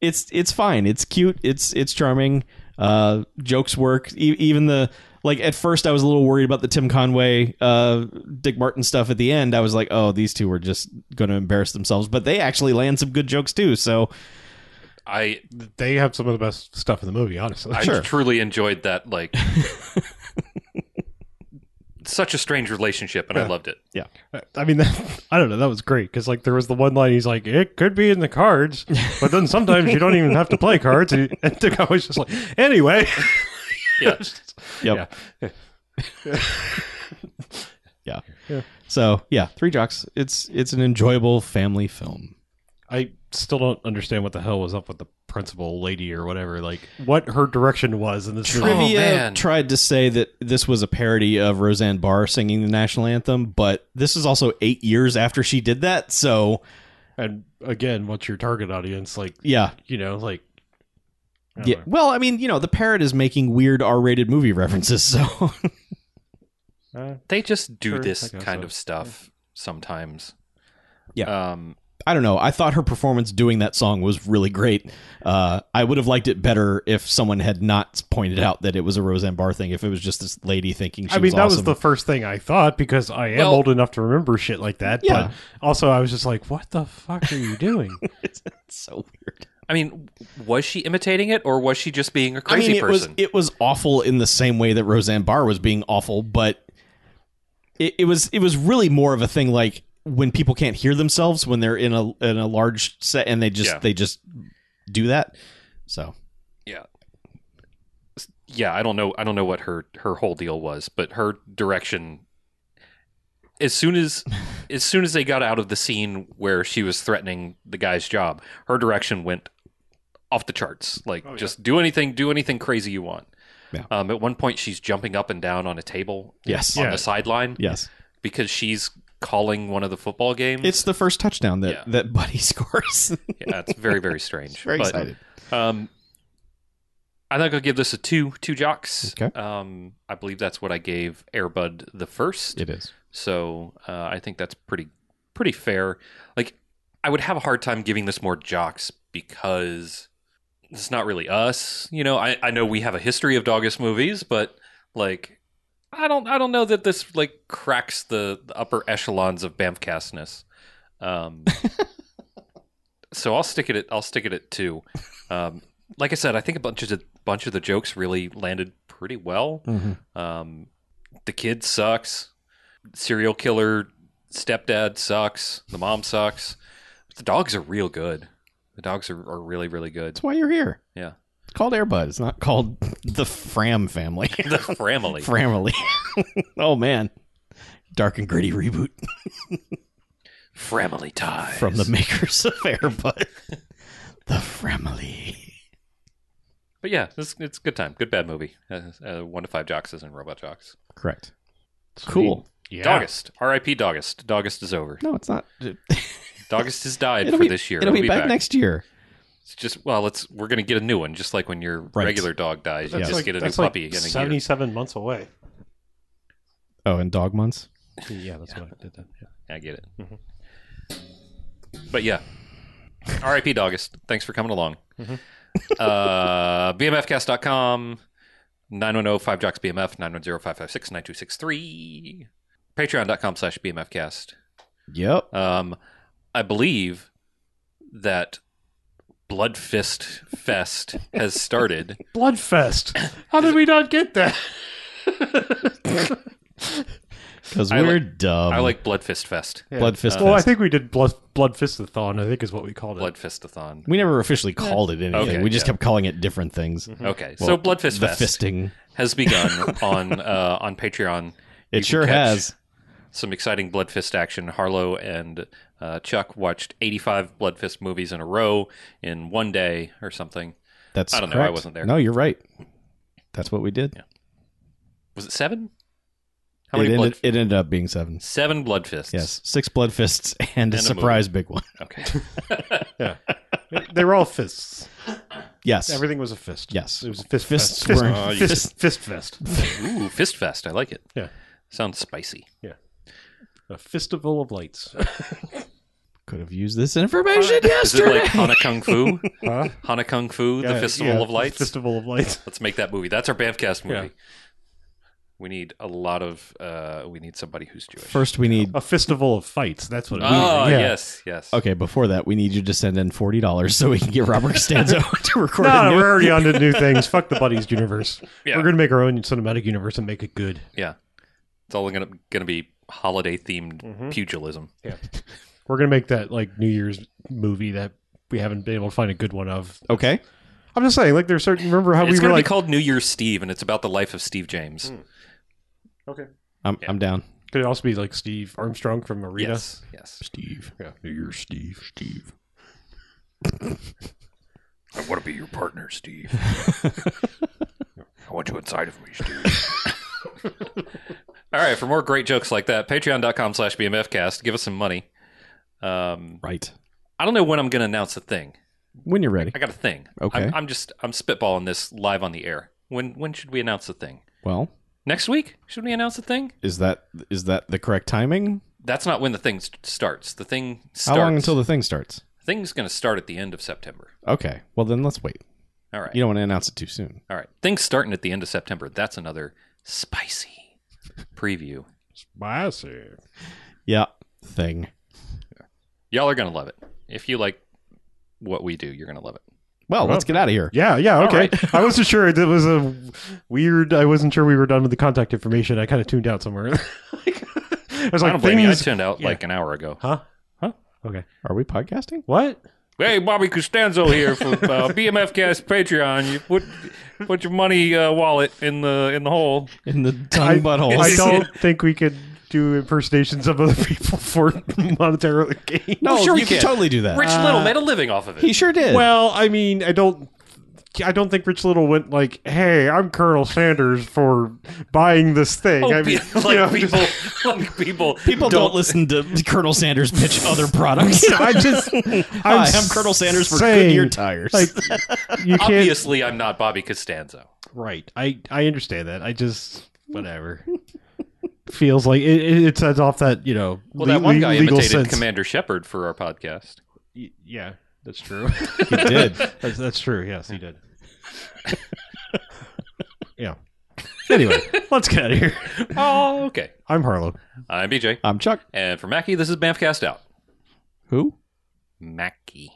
[SPEAKER 5] it's it's fine. It's cute. It's it's charming. Uh, jokes work. E- even the like at first, I was a little worried about the Tim Conway, uh, Dick Martin stuff at the end. I was like, oh, these two were just going to embarrass themselves, but they actually land some good jokes too. So
[SPEAKER 4] I
[SPEAKER 3] They have some of the best stuff in the movie, honestly.
[SPEAKER 4] I truly enjoyed that. Like such a strange relationship, and I loved it.
[SPEAKER 3] I mean, that, I don't know. That was great because like there was the one line he's like, "It could be in the cards," but then sometimes you don't even have to play cards. And, and Dick was just like, "Anyway,
[SPEAKER 4] Yeah.
[SPEAKER 5] yep.
[SPEAKER 3] Yeah.
[SPEAKER 5] yeah,
[SPEAKER 3] Yeah.
[SPEAKER 5] So yeah, three jocks. It's it's an enjoyable family film.
[SPEAKER 3] I still don't understand what the hell was up with the principal lady or whatever. Like what her direction was in this movie.
[SPEAKER 4] Trivia.
[SPEAKER 5] Trivia
[SPEAKER 4] man.
[SPEAKER 5] tried to say that this was a parody of Roseanne Barr singing the national anthem, but this is also eight years after she did that. So
[SPEAKER 3] And again, what's your target audience? Like
[SPEAKER 5] yeah,
[SPEAKER 3] you know, like I don't
[SPEAKER 5] yeah.
[SPEAKER 3] know.
[SPEAKER 5] Well, I mean, you know, the parrot is making weird R-rated movie references. So
[SPEAKER 3] Uh,
[SPEAKER 4] They just do
[SPEAKER 3] Sure,
[SPEAKER 4] this
[SPEAKER 3] I guess
[SPEAKER 4] kind
[SPEAKER 3] so.
[SPEAKER 4] of stuff sometimes.
[SPEAKER 5] Yeah.
[SPEAKER 4] Um,
[SPEAKER 5] I don't know. I thought her performance doing that song was really great. Uh, I would have liked it better if someone had not pointed out that it was a Roseanne Barr thing. If it was just this lady thinking she
[SPEAKER 3] I mean,
[SPEAKER 5] was
[SPEAKER 3] that was
[SPEAKER 5] awesome.
[SPEAKER 3] the first thing I thought because I am
[SPEAKER 4] Well-
[SPEAKER 3] old enough to remember shit like that.
[SPEAKER 5] Yeah.
[SPEAKER 3] But also, I was just like, "What the fuck are you doing?"
[SPEAKER 5] it's, it's so weird.
[SPEAKER 4] I mean, was she imitating it, or was she just being a
[SPEAKER 5] I
[SPEAKER 4] crazy
[SPEAKER 5] mean, it
[SPEAKER 4] person?
[SPEAKER 5] was it was awful in the same way that Roseanne Barr was being awful, but it, it was it was really more of a thing like when people can't hear themselves when they're in a in a large set and they just
[SPEAKER 4] Yeah.
[SPEAKER 5] they just do that. So
[SPEAKER 4] yeah, I don't know. I don't know what her her whole deal was, but her direction. As soon as, as soon as they got out of the scene where she was threatening the guy's job, her direction went off the charts. Like, just do anything, do anything crazy you want.
[SPEAKER 5] Oh, Yeah.
[SPEAKER 4] Um, at one point, she's jumping up and down on a table
[SPEAKER 5] yes,
[SPEAKER 4] on
[SPEAKER 3] Yeah.
[SPEAKER 4] the sideline
[SPEAKER 5] yes,
[SPEAKER 4] because she's calling one of the football games.
[SPEAKER 5] it's the first touchdown that
[SPEAKER 4] Yeah.
[SPEAKER 5] that Buddy scores.
[SPEAKER 4] yeah, it's very very strange.
[SPEAKER 5] Very
[SPEAKER 4] But,
[SPEAKER 5] excited.
[SPEAKER 4] Um, I think I'll give this a two two jocks.
[SPEAKER 5] Okay.
[SPEAKER 4] Um, I believe that's what I gave Airbud the first.
[SPEAKER 5] It is.
[SPEAKER 4] So uh, I think that's pretty pretty fair. Like I would have a hard time giving this more jocks because it's not really us. You know, I, I know we have a history of doggish movies, but like I don't I don't know that this like cracks the, the upper echelons of Bamfcastness. Um, so I'll stick it at I'll stick it at two. Um, like I said, I think a bunch of the bunch of the jokes really landed pretty well. Um, the kid sucks. Serial killer stepdad sucks. The mom sucks. But the dogs are real good. The dogs are, are really, really good.
[SPEAKER 5] That's why you're here.
[SPEAKER 4] Yeah.
[SPEAKER 5] It's called Airbud. It's not called the Fram family.
[SPEAKER 4] The family.
[SPEAKER 5] Framily. oh man, dark and gritty reboot.
[SPEAKER 4] Family ties.
[SPEAKER 5] from the makers of Airbud. the family.
[SPEAKER 4] But yeah, it's, it's a good time. Good bad movie. Uh, uh, one to five jocks and robot jocks.
[SPEAKER 5] Correct. Cool.
[SPEAKER 3] Yeah.
[SPEAKER 4] Doggist. R.I.P. Doggist. Doggist is over.
[SPEAKER 5] No, it's not.
[SPEAKER 4] Doggist has died
[SPEAKER 5] It'll
[SPEAKER 4] for
[SPEAKER 5] be,
[SPEAKER 4] this year.
[SPEAKER 5] It'll be, back, next year.
[SPEAKER 4] It's just well, let's we're gonna get a new one, just like when your
[SPEAKER 5] Right.
[SPEAKER 4] regular dog dies, you
[SPEAKER 5] That's
[SPEAKER 4] just
[SPEAKER 3] like-
[SPEAKER 4] get a new
[SPEAKER 3] that's
[SPEAKER 4] puppy
[SPEAKER 3] Like
[SPEAKER 4] in a year.
[SPEAKER 3] Seventy-seven months away.
[SPEAKER 5] Oh, in dog months.
[SPEAKER 3] Yeah, that's what I did. Then. Yeah.
[SPEAKER 4] I get it. But yeah, R.I.P. Doggist. Thanks for coming along. Uh, BMFcast.com, 910-5JOCKS-BMF, 910-556-9263, patreon.com slash BMFcast.
[SPEAKER 5] Yep.
[SPEAKER 4] Um, I believe that Blood Fist Fest has started.
[SPEAKER 3] Bloodfest. How did we not get that?
[SPEAKER 5] Because
[SPEAKER 4] I
[SPEAKER 5] we're dumb.
[SPEAKER 4] I like Uh, Blood Fist Fest.
[SPEAKER 3] Yeah.
[SPEAKER 5] Blood Fist
[SPEAKER 3] Well, I
[SPEAKER 5] Fest.
[SPEAKER 3] think we did blood blood fistathon. I think is what we called it.
[SPEAKER 4] Blood Fistathon.
[SPEAKER 5] We never officially called it anything.
[SPEAKER 4] Okay,
[SPEAKER 5] we just
[SPEAKER 4] yeah.
[SPEAKER 5] kept calling it different things.
[SPEAKER 4] Okay,
[SPEAKER 5] Well,
[SPEAKER 4] so Blood Fist
[SPEAKER 5] the
[SPEAKER 4] Fest
[SPEAKER 5] fisting.
[SPEAKER 4] has begun on uh, on Patreon.
[SPEAKER 5] It
[SPEAKER 4] You can
[SPEAKER 5] sure
[SPEAKER 4] catch-
[SPEAKER 5] has.
[SPEAKER 4] some exciting Blood Fist action. Harlow and uh, Chuck watched 85 Blood Fist movies in a row in one day or something.
[SPEAKER 5] That's
[SPEAKER 4] I don't know, I
[SPEAKER 5] correct.
[SPEAKER 4] wasn't there.
[SPEAKER 5] No, you're right. That's what we did.
[SPEAKER 4] Was it seven? How
[SPEAKER 5] It
[SPEAKER 4] many
[SPEAKER 5] ended,
[SPEAKER 4] blood?
[SPEAKER 5] it ended up being seven.
[SPEAKER 4] Seven Blood Fists.
[SPEAKER 5] Yes, six blood fists and,
[SPEAKER 4] And
[SPEAKER 5] a
[SPEAKER 4] a
[SPEAKER 5] surprise big one.
[SPEAKER 4] Okay.
[SPEAKER 3] they were all fists.
[SPEAKER 5] Yes.
[SPEAKER 3] Everything was a fist.
[SPEAKER 5] Yes.
[SPEAKER 3] It was a fist
[SPEAKER 5] Fists
[SPEAKER 3] fest. Fist,
[SPEAKER 5] were-
[SPEAKER 6] Oh, you-
[SPEAKER 3] fist, fist fest.
[SPEAKER 4] Ooh, fist fest. I like it.
[SPEAKER 3] Yeah.
[SPEAKER 4] Sounds spicy.
[SPEAKER 3] A festival of lights.
[SPEAKER 5] Could have used this information
[SPEAKER 4] Is it
[SPEAKER 5] yesterday.
[SPEAKER 4] like Hana Kung Fu?
[SPEAKER 3] Huh?
[SPEAKER 4] Hana Kung Fu, the
[SPEAKER 3] Yeah,
[SPEAKER 4] Festival
[SPEAKER 3] yeah,
[SPEAKER 4] of Lights?
[SPEAKER 3] Festival of lights.
[SPEAKER 4] Let's make that movie. That's our Bamfcast movie.
[SPEAKER 3] Yeah.
[SPEAKER 4] We need a lot of. Uh, we need somebody who's Jewish.
[SPEAKER 5] First, we need.
[SPEAKER 3] A festival of fights. That's what it means.
[SPEAKER 4] oh
[SPEAKER 3] Yeah.
[SPEAKER 4] yes, yes.
[SPEAKER 5] Okay, before that, we need you to send in forty dollars so we can get Robert Costanzo to record.
[SPEAKER 3] No,
[SPEAKER 5] a
[SPEAKER 3] no,
[SPEAKER 5] new-
[SPEAKER 3] we're already on to new things. Fuck the buddies universe.
[SPEAKER 4] Yeah.
[SPEAKER 3] We're gonna make our own cinematic universe and make it good.
[SPEAKER 4] Yeah, it's all gonna gonna be holiday themed pugilism.
[SPEAKER 3] We're gonna make that like New Year's movie that we haven't been able to find a good one of.
[SPEAKER 5] okay,
[SPEAKER 3] I'm just saying, like there's certain. Remember how
[SPEAKER 4] it's
[SPEAKER 3] we
[SPEAKER 4] gonna
[SPEAKER 3] were
[SPEAKER 4] be
[SPEAKER 3] like,
[SPEAKER 4] called New Year's Steve, and it's about the life of Steve James.
[SPEAKER 5] I'm I'm down.
[SPEAKER 3] could it also be like Steve Armstrong from Arena?
[SPEAKER 4] Yes, yes.
[SPEAKER 5] Steve,
[SPEAKER 3] Yeah.
[SPEAKER 5] you're Steve. Steve.
[SPEAKER 2] I want to be your partner, Steve. I want you inside of me, Steve.
[SPEAKER 4] All right. For more great jokes like that, Patreon.com/slash BMFcast. Give us some money. Um,
[SPEAKER 5] Right.
[SPEAKER 4] I don't know when I'm gonna announce a thing.
[SPEAKER 5] When you're ready.
[SPEAKER 4] I got a thing.
[SPEAKER 5] Okay.
[SPEAKER 4] I'm, I'm just I'm spitballing this live on the air. When when should we announce the thing?
[SPEAKER 5] Well,
[SPEAKER 4] Next week? Should we announce the thing?
[SPEAKER 5] is that is that the correct timing?
[SPEAKER 4] That's not when the thing st- starts. The thing
[SPEAKER 5] How
[SPEAKER 4] starts.
[SPEAKER 5] long until the thing starts?
[SPEAKER 4] thing's going to start at the end of September?
[SPEAKER 5] Okay. Well, then let's wait.
[SPEAKER 4] All right.
[SPEAKER 5] You don't want to announce it too soon.
[SPEAKER 4] All right. Things starting at the end of September. That's another spicy preview.
[SPEAKER 3] Spicy.
[SPEAKER 5] Yeah. Thing.
[SPEAKER 4] Y'all are going to love it. If you like what we do, you're going to love it.
[SPEAKER 5] Well, let's get out of here.
[SPEAKER 3] Yeah, yeah, okay. I wasn't sure. It was a weird. I wasn't sure we were done with the contact information. I kind of tuned out somewhere. I was
[SPEAKER 4] I
[SPEAKER 3] like,
[SPEAKER 4] don't blame you. I
[SPEAKER 3] things.
[SPEAKER 4] tuned out
[SPEAKER 3] yeah.
[SPEAKER 4] like an hour ago.
[SPEAKER 3] Huh? Huh? Okay.
[SPEAKER 5] Are we podcasting?
[SPEAKER 3] What?
[SPEAKER 4] Hey, Bobby Costanzo here from uh, BMF Cast Patreon. You put put your money uh, wallet in the in the hole.
[SPEAKER 5] In the tongue butthole.
[SPEAKER 3] I don't think we could do impersonations of other people for monetarily gain.
[SPEAKER 5] no,
[SPEAKER 4] sure
[SPEAKER 5] you
[SPEAKER 4] you
[SPEAKER 5] can
[SPEAKER 4] can.
[SPEAKER 5] totally do that.
[SPEAKER 4] Rich Little made a living off of it.
[SPEAKER 5] Uh, He sure did.
[SPEAKER 3] Well, I mean, I don't. I don't think Rich Little went like, "Hey, I'm Colonel Sanders for buying this thing."
[SPEAKER 4] Oh,
[SPEAKER 3] I mean,
[SPEAKER 4] pe- like
[SPEAKER 3] you know,
[SPEAKER 4] people, like people,
[SPEAKER 5] people don't, listen to Colonel Sanders pitch other products.
[SPEAKER 3] I just, I'm,
[SPEAKER 5] Hi, I'm Colonel Sanders for
[SPEAKER 3] saying,
[SPEAKER 5] Goodyear tires.
[SPEAKER 3] Like, you can't
[SPEAKER 4] Obviously, I'm not Bobby Costanzo.
[SPEAKER 3] Right. I I understand that. I just whatever. Feels like it, it, it sets off that you know.
[SPEAKER 4] Well,
[SPEAKER 3] le-
[SPEAKER 4] that one
[SPEAKER 3] le-
[SPEAKER 4] guy
[SPEAKER 3] legal
[SPEAKER 4] imitated
[SPEAKER 3] sense.
[SPEAKER 4] Commander Shepard for our podcast.
[SPEAKER 3] Y- Yeah, that's true.
[SPEAKER 5] he did.
[SPEAKER 3] that's, that's true. Yes, he did. yeah. Anyway, let's get out of here.
[SPEAKER 4] Oh, okay.
[SPEAKER 3] I'm Harlow.
[SPEAKER 4] I'm BJ,
[SPEAKER 5] I'm Chuck.
[SPEAKER 4] and for Mackie, this is Banffcast out.
[SPEAKER 5] Who?
[SPEAKER 4] Mackie.